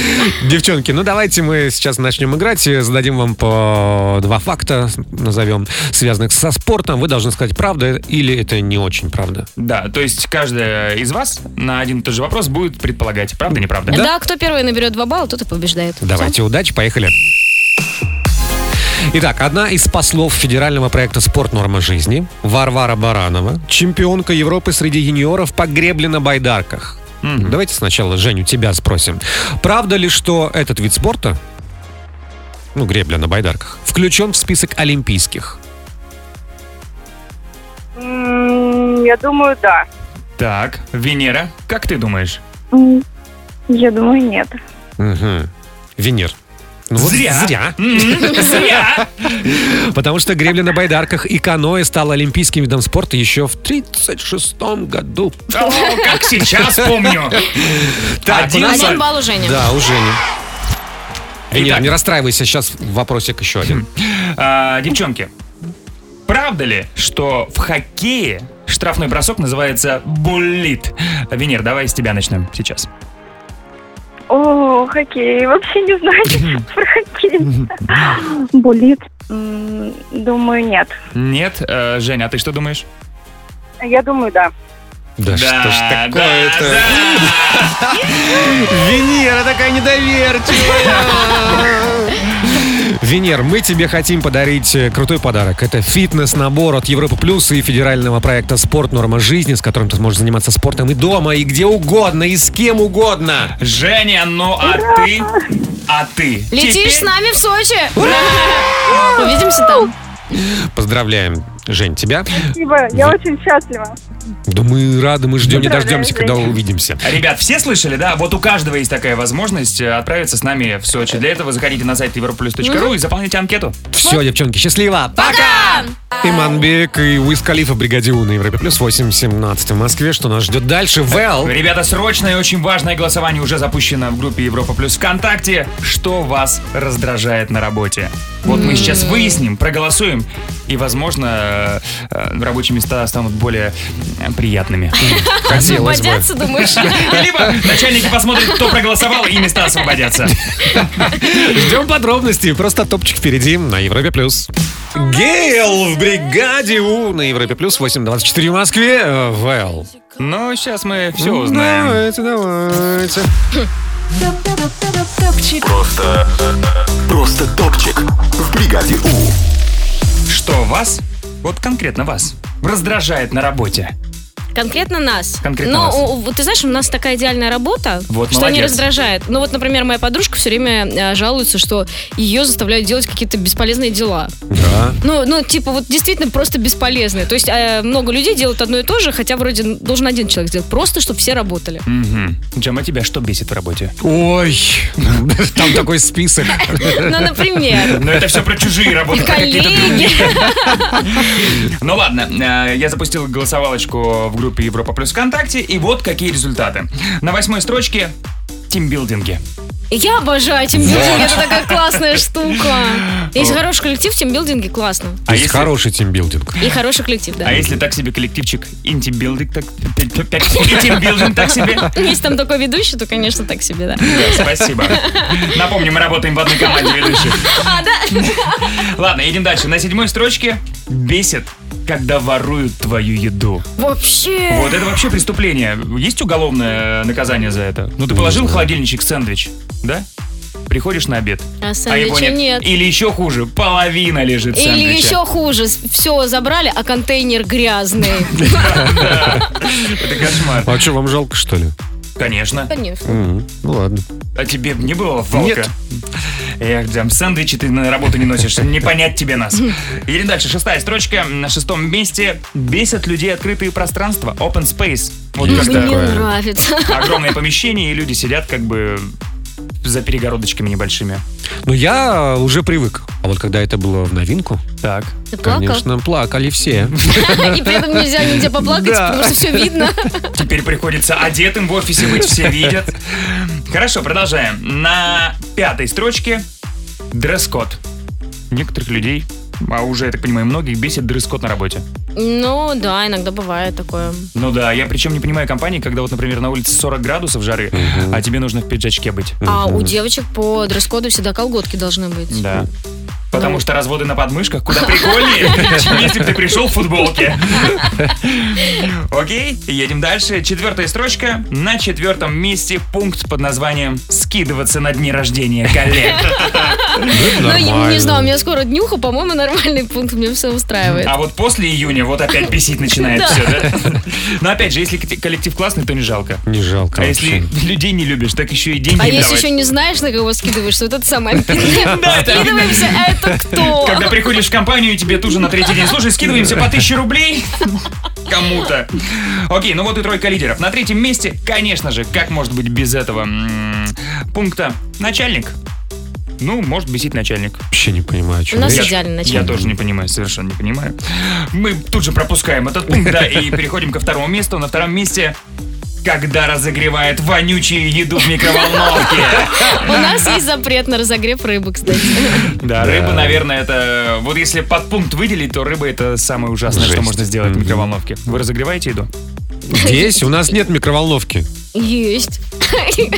[SPEAKER 2] Девчонки, ну давайте мы сейчас начнем играть. и Зададим вам по два факта, назовем, связанных со спортом. Вы должны сказать, правда или это не очень правда.
[SPEAKER 3] Да, то есть каждая из вас на один и тот же вопрос будет предполагать, правда, неправда.
[SPEAKER 4] Да, кто первый наберет два балла, тот и побеждает.
[SPEAKER 2] Давайте, удачи, поехали. Итак, одна из послов федерального проекта «Спорт. Норма жизни» Варвара Баранова, чемпионка Европы среди юниоров по гребле на байдарках. Давайте сначала, Женю, тебя спросим. Правда ли, что этот вид спорта, ну, гребля на байдарках, включен в список олимпийских?
[SPEAKER 7] М, Я думаю, да.
[SPEAKER 3] Так, Венера, как ты думаешь?
[SPEAKER 15] М, Я думаю, нет.
[SPEAKER 2] Угу. Венер. Ну вот
[SPEAKER 3] Зря.
[SPEAKER 2] зря.
[SPEAKER 3] Зря.
[SPEAKER 2] Потому что гребля на байдарках и каноэ стала олимпийским видом спорта еще в 36-м году.
[SPEAKER 3] О, как сейчас помню.
[SPEAKER 2] Так,
[SPEAKER 3] Один
[SPEAKER 2] у нас-
[SPEAKER 3] балл. Один
[SPEAKER 4] балл у Жени.
[SPEAKER 2] Да, у Жени.
[SPEAKER 3] Хм.
[SPEAKER 2] Венер, не расстраивайся, сейчас вопросик еще один.
[SPEAKER 3] А, девчонки, правда ли, что в хоккее штрафной бросок называется буллит? Венер, давай с тебя начнем сейчас.
[SPEAKER 15] О, хоккей. Вообще не знаю ничего про хоккей. Болит? М, Думаю, нет.
[SPEAKER 3] Нет, Э, Женя, а ты что думаешь?
[SPEAKER 7] Я думаю, да.
[SPEAKER 2] Да, что ж такое-то?
[SPEAKER 3] Венера такая недоверчивая.
[SPEAKER 2] Венер, мы тебе хотим подарить э, крутой подарок. Это фитнес-набор от Европы Плюс и федерального проекта «Спорт. Норма жизни», с которым ты сможешь заниматься спортом и дома, и где угодно, и с кем угодно.
[SPEAKER 3] Женя, ну а ты? А ты?
[SPEAKER 4] Летишь
[SPEAKER 3] Теперь-
[SPEAKER 4] с нами в Сочи! Увидимся там.
[SPEAKER 2] Поздравляем, Жень, тебя.
[SPEAKER 7] Спасибо, я очень счастлива.
[SPEAKER 2] Да мы рады, мы ждем, не
[SPEAKER 3] Поздравляем,
[SPEAKER 2] дождемся, когда
[SPEAKER 3] Жень.
[SPEAKER 2] увидимся.
[SPEAKER 3] Ребят, все слышали, да? Вот у каждого есть такая возможность э, отправиться с нами в Сочи. Для этого заходите на сайт europlus.ru и заполните анкету.
[SPEAKER 2] Все, девчонки, счастливо. Пока! Иманбек и Уиз Калифа «Бригадиу» на Европе Плюс 8.17 в Москве. Что нас ждет дальше? Вэл.
[SPEAKER 3] Ребята, срочное и очень важное голосование уже запущено в группе Европа Плюс ВКонтакте. Что вас раздражает на работе? Вот мы сейчас выясним, проголосуем, и, возможно, э, э, рабочие места станут более э, приятными.
[SPEAKER 2] Хотелось бы.
[SPEAKER 4] Освободятся, Ну, думаешь?
[SPEAKER 3] Либо начальники посмотрят, кто проголосовал, и места освободятся.
[SPEAKER 2] Ждем подробностей. Просто топчик впереди на Европе плюс. Гейл в бригаде У на Европе плюс 8.24 в Москве. Э, Вэл.
[SPEAKER 3] Ну, сейчас мы все узнаем.
[SPEAKER 2] Давайте, давайте.
[SPEAKER 5] Просто... Просто топчик в бригаде У.
[SPEAKER 3] Что вас, вот конкретно вас, раздражает на работе?
[SPEAKER 4] Конкретно нас.
[SPEAKER 3] Конкретно
[SPEAKER 4] Но
[SPEAKER 3] нас.
[SPEAKER 4] у- у- ты знаешь, у нас такая идеальная работа,
[SPEAKER 3] Вот
[SPEAKER 4] что не
[SPEAKER 3] молодец.
[SPEAKER 4] раздражает. Ну вот, например, моя подружка все время э, жалуется, что ее заставляют делать какие-то бесполезные дела.
[SPEAKER 2] Да.
[SPEAKER 4] Ну, ну, типа, вот действительно просто бесполезные. То есть э, много людей делают одно и то же, хотя вроде должен один человек сделать, просто чтобы все работали.
[SPEAKER 3] Угу. Джам, а тебя что бесит в работе?
[SPEAKER 2] Ой, там такой список.
[SPEAKER 4] Ну, например.
[SPEAKER 3] Но это все про чужие
[SPEAKER 4] И
[SPEAKER 3] работы. про какие-то
[SPEAKER 4] коллеги.
[SPEAKER 3] Ну ладно, э, я запустил голосовалочку в группе Европа Плюс ВКонтакте, и вот какие результаты. На восьмой строчке тимбилдинги.
[SPEAKER 4] Я обожаю тимбилдинг, это такая классная штука. Если хороший коллектив, тимбилдинги классно.
[SPEAKER 2] А есть хороший тимбилдинг.
[SPEAKER 4] И хороший коллектив, да.
[SPEAKER 3] А если так себе коллективчик, интимбилдинг так... и тимбилдинг так себе?
[SPEAKER 4] Ну, Если там такой ведущий, то, конечно, так себе, да.
[SPEAKER 3] Да, спасибо. Напомню, мы работаем в одной команде ведущих.
[SPEAKER 4] А, да?
[SPEAKER 3] Ладно, идем дальше. На седьмой строчке бесит, когда воруют твою еду.
[SPEAKER 4] Вообще.
[SPEAKER 3] Вот это вообще преступление. Есть уголовное наказание за это? Ну ты положил в холодильничек сэндвич, да? Приходишь на обед.
[SPEAKER 4] А сэндвича нет.
[SPEAKER 3] Или еще хуже, половина лежит
[SPEAKER 4] Или
[SPEAKER 3] сэндвича.
[SPEAKER 4] еще хуже, все забрали, а контейнер грязный.
[SPEAKER 3] Это кошмар.
[SPEAKER 2] А что, вам жалко, что ли?
[SPEAKER 3] Конечно.
[SPEAKER 4] Конечно.
[SPEAKER 2] М, Ну ладно.
[SPEAKER 3] А тебе не было волка?
[SPEAKER 2] Нет.
[SPEAKER 3] Эх, Джам, сэндвичи ты на работу не носишь, не понять тебе нас. Или дальше, шестая строчка, на шестом месте бесят людей открытые пространства, open space. Вот
[SPEAKER 4] Мне
[SPEAKER 3] как-то
[SPEAKER 4] нравится.
[SPEAKER 3] огромное помещение, и люди сидят как бы за перегородочками небольшими.
[SPEAKER 2] Ну я уже привык. А вот когда это было в новинку,
[SPEAKER 3] так.
[SPEAKER 4] Ты плакал?
[SPEAKER 2] конечно, плакали все.
[SPEAKER 4] И при этом нельзя нигде поплакать,
[SPEAKER 2] Да.
[SPEAKER 4] потому что все видно.
[SPEAKER 3] Теперь приходится одетым в офисе быть, все видят. Хорошо, продолжаем. На пятой строчке дресс-код. Некоторых людей, а уже, я так понимаю, многих бесит дресс-код на работе.
[SPEAKER 4] Ну да, иногда бывает такое.
[SPEAKER 3] Ну да, я причем не понимаю компании, когда вот, например, на улице 40 градусов жары, а тебе нужно в пиджачке быть.
[SPEAKER 4] А у девочек по дресс-коду всегда колготки должны быть.
[SPEAKER 3] Да. Потому что разводы на подмышках куда прикольнее, чем если бы ты пришел в футболке. Окей, едем дальше. Четвертая строчка. На четвертом месте пункт под названием «Скидываться на дни рождения коллег».
[SPEAKER 4] Ну, я не знаю, у меня скоро днюха, по-моему, нормальный пункт, мне все устраивает.
[SPEAKER 3] А вот после июня вот опять бесить начинает
[SPEAKER 4] Да.
[SPEAKER 3] все, да? Но опять же, если коллектив классный, то не жалко.
[SPEAKER 2] Не жалко
[SPEAKER 3] А если людей не любишь, так еще и деньги
[SPEAKER 4] А
[SPEAKER 3] не
[SPEAKER 4] если
[SPEAKER 3] давать.
[SPEAKER 4] еще не знаешь, на кого скидываешься, вот это самое
[SPEAKER 3] Да,
[SPEAKER 4] обидное.
[SPEAKER 3] это обидно.
[SPEAKER 4] Скидываемся, а это кто?
[SPEAKER 3] Когда приходишь в компанию, и тебе тут же на третий день. Слушай, скидываемся по 1000 рублей кому-то. Окей, ну вот и тройка лидеров. На третьем месте, конечно же, как может быть без этого м, пункта начальник? Ну, может бесить начальник.
[SPEAKER 2] Вообще не понимаю, что.
[SPEAKER 4] У нас
[SPEAKER 3] Я-
[SPEAKER 4] идеальный
[SPEAKER 3] Я
[SPEAKER 4] начальник.
[SPEAKER 3] тоже не понимаю, совершенно не понимаю. Мы тут же пропускаем этот пункт, да, и переходим ко второму месту. На втором месте когда разогревает вонючую еду в микроволновке.
[SPEAKER 4] У нас есть запрет на разогрев рыбы, кстати.
[SPEAKER 3] Да, рыба, наверное, это... Вот если под пункт выделить, то рыба это самое ужасное, что
[SPEAKER 2] Жесть.
[SPEAKER 3] можно сделать в микроволновке. Вы разогреваете еду?
[SPEAKER 2] Здесь у нас нет микроволновки.
[SPEAKER 4] Есть.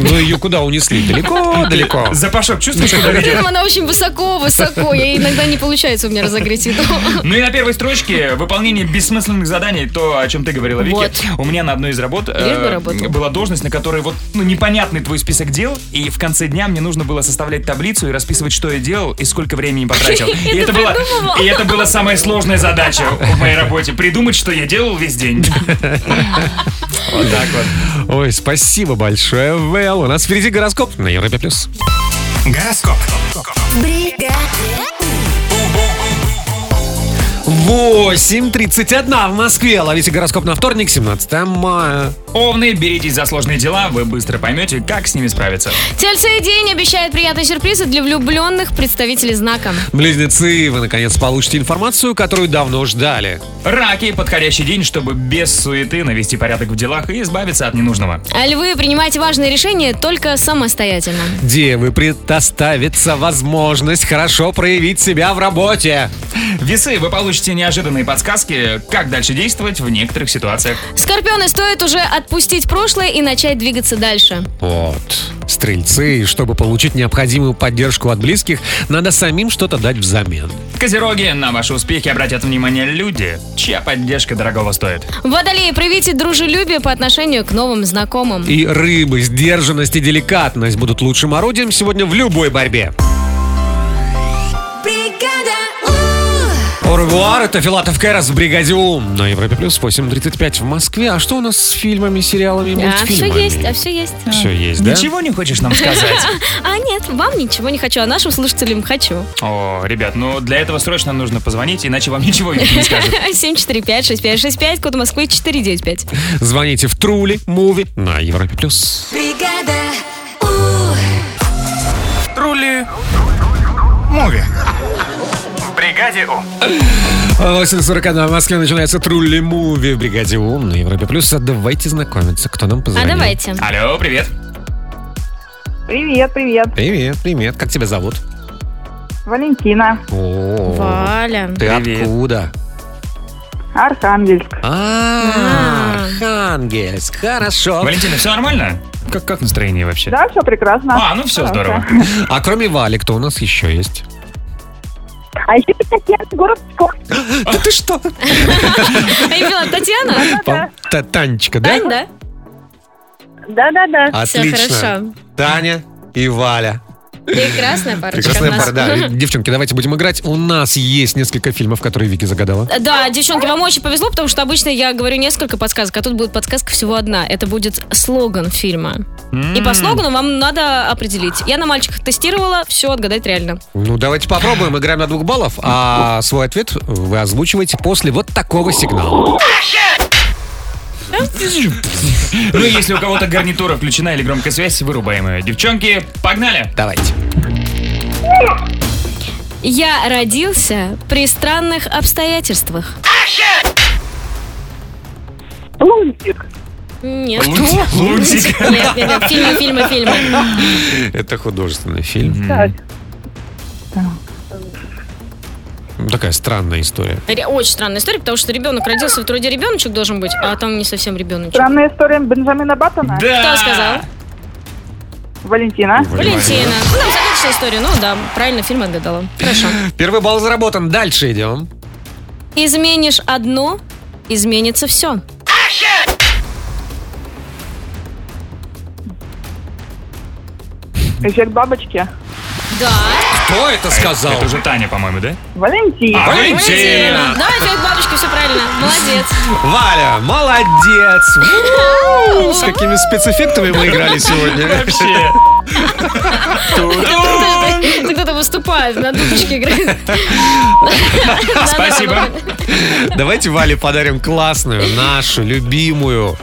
[SPEAKER 2] Ну ее куда унесли? Далеко, далеко.
[SPEAKER 3] Запашок чувствуешь, куда
[SPEAKER 4] При
[SPEAKER 3] ведет?
[SPEAKER 4] этом она очень высоко, высоко. Я иногда не получается у меня разогреть еду.
[SPEAKER 3] Ну и на первой строчке выполнение бессмысленных заданий, то, о чем ты говорила, Вики.
[SPEAKER 4] Вот.
[SPEAKER 3] У меня на одной из работ э,
[SPEAKER 4] Лишь бы работал.
[SPEAKER 3] была должность, на которой вот ну, непонятный твой список дел, и в конце дня мне нужно было составлять таблицу и расписывать, что я делал и сколько времени потратил.
[SPEAKER 4] И
[SPEAKER 3] И
[SPEAKER 4] ты
[SPEAKER 3] это было,
[SPEAKER 4] придумывал?
[SPEAKER 3] и это была самая сложная задача в моей работе придумать, что я делал весь день. Вот так вот.
[SPEAKER 2] Ой, спасибо большое, Вэл. У нас впереди гороскоп на Европе+. плюс.
[SPEAKER 6] Гороскоп.
[SPEAKER 1] Бригада.
[SPEAKER 2] 8.31 в Москве. Ловите гороскоп на вторник, 17 мая.
[SPEAKER 3] Овны, беритесь за сложные дела, вы быстро поймете, как с ними справиться.
[SPEAKER 4] Тельцы день обещает приятные сюрпризы для влюбленных представителей знака.
[SPEAKER 2] Близнецы, вы наконец получите информацию, которую давно ждали.
[SPEAKER 3] Раки, подходящий день, чтобы без суеты навести порядок в делах и избавиться от ненужного.
[SPEAKER 4] А львы принимайте важные решения только самостоятельно.
[SPEAKER 2] Девы, предоставится возможность хорошо проявить себя в работе.
[SPEAKER 3] Весы, вы получите неожиданные подсказки, как дальше действовать в некоторых ситуациях.
[SPEAKER 4] Скорпионы стоит уже отпустить прошлое и начать двигаться дальше.
[SPEAKER 2] Вот. Стрельцы, чтобы получить необходимую поддержку от близких, надо самим что-то дать взамен.
[SPEAKER 3] Козероги, на ваши успехи обратят внимание люди, чья поддержка дорогого стоит.
[SPEAKER 4] Водолеи, проявите дружелюбие по отношению к новым знакомым.
[SPEAKER 2] И рыбы, сдержанность и деликатность будут лучшим орудием сегодня в любой борьбе.
[SPEAKER 1] Бригада У.
[SPEAKER 2] Оргуар, это Филатов Кэрос в бригаде У. На Европе плюс 8.35 в Москве. А что у нас с фильмами, сериалами,
[SPEAKER 4] А, все
[SPEAKER 2] мультфильмами?
[SPEAKER 4] есть, а все есть.
[SPEAKER 2] Все есть, да?
[SPEAKER 3] Ничего не хочешь нам сказать?
[SPEAKER 4] А нет, вам ничего не хочу, а нашим слушателям хочу.
[SPEAKER 3] О, ребят, ну для этого срочно нужно позвонить, иначе вам ничего Вики не скажет.
[SPEAKER 4] 745-6565, код Москвы 495.
[SPEAKER 2] Звоните в Трули Муви на Европе плюс.
[SPEAKER 1] Бригада
[SPEAKER 3] Трули.
[SPEAKER 6] Муви. В бригаде У.
[SPEAKER 2] 8.41 в Москве начинается Трули Муви в бригаде У на Европе плюс. А давайте знакомиться, кто нам
[SPEAKER 4] А
[SPEAKER 2] позвонил.
[SPEAKER 4] давайте.
[SPEAKER 3] Алло, привет.
[SPEAKER 15] Привет, привет.
[SPEAKER 2] Привет, привет. Как тебя зовут?
[SPEAKER 15] Валентина,
[SPEAKER 2] О,
[SPEAKER 4] Валя.
[SPEAKER 2] Ты откуда?
[SPEAKER 15] Архангельск.
[SPEAKER 2] А, Архангельск. Хорошо.
[SPEAKER 3] Валентина, все нормально? Как, как настроение вообще?
[SPEAKER 15] Да, все прекрасно.
[SPEAKER 3] А, ну все здорово.
[SPEAKER 2] А кроме Вали, кто у нас еще есть?
[SPEAKER 15] А еще Татьяна, город Псков.
[SPEAKER 2] Да ты что?
[SPEAKER 4] Эй, Милан, Татьяна?
[SPEAKER 2] Пом- Та- Танечка, да?
[SPEAKER 4] Тань, да?
[SPEAKER 15] Да-да-да.
[SPEAKER 4] Всё
[SPEAKER 2] Отлично.
[SPEAKER 4] хорошо.
[SPEAKER 2] Таня и Валя.
[SPEAKER 4] Прекрасная парочка у
[SPEAKER 2] Прекрасная
[SPEAKER 4] нас.
[SPEAKER 2] пара, да. Девчонки, давайте будем играть. У нас есть несколько фильмов, которые Вики загадала.
[SPEAKER 4] Да, девчонки, вам очень повезло, потому что обычно я говорю несколько подсказок, а тут будет подсказка всего одна. Это будет слоган фильма. И по слогану вам надо определить. Я на мальчиках тестировала, все отгадать реально.
[SPEAKER 2] Ну, давайте попробуем. Играем на двух баллов, а свой ответ вы озвучиваете после вот такого сигнала.
[SPEAKER 3] Ну, если у кого-то гарнитура включена или громкая связь, вырубаем ее. Девчонки, погнали!
[SPEAKER 2] Давайте.
[SPEAKER 4] Я родился при странных обстоятельствах.
[SPEAKER 15] Лунтик.
[SPEAKER 4] Нет.
[SPEAKER 3] Лунтик, лунтик.
[SPEAKER 4] Нет, нет, нет, фильмы, фильмы, фильмы.
[SPEAKER 2] Это художественный фильм.
[SPEAKER 15] Так,
[SPEAKER 2] Ну, Такая странная история.
[SPEAKER 4] Ре- Очень странная история, потому что ребенок родился, вроде ребеночек должен быть, а там не совсем ребеночек.
[SPEAKER 15] Странная история Бенджамина Баттона.
[SPEAKER 4] А Кто сказал?
[SPEAKER 15] Валентина.
[SPEAKER 4] Валентина. Ну, там загадочная история, ну да, правильно, фильм отгадала. Хорошо.
[SPEAKER 2] Первый балл заработан. Дальше идем.
[SPEAKER 4] Изменишь одно, изменится все.
[SPEAKER 15] Эффект бабочки.
[SPEAKER 4] Да.
[SPEAKER 2] Кто это сказал?
[SPEAKER 3] Это уже Таня, по-моему, да?
[SPEAKER 15] Валентина.
[SPEAKER 2] А, Валентина.
[SPEAKER 4] Валентина. Да, эффект бабочки, все правильно. Молодец.
[SPEAKER 2] Валя, молодец! Ву! С какими спецэффектами мы играли сегодня.
[SPEAKER 3] Вообще.
[SPEAKER 4] Это кто-то выступает, на дудочке играет.
[SPEAKER 3] Спасибо.
[SPEAKER 2] Давайте Вале подарим классную, нашу, любимую.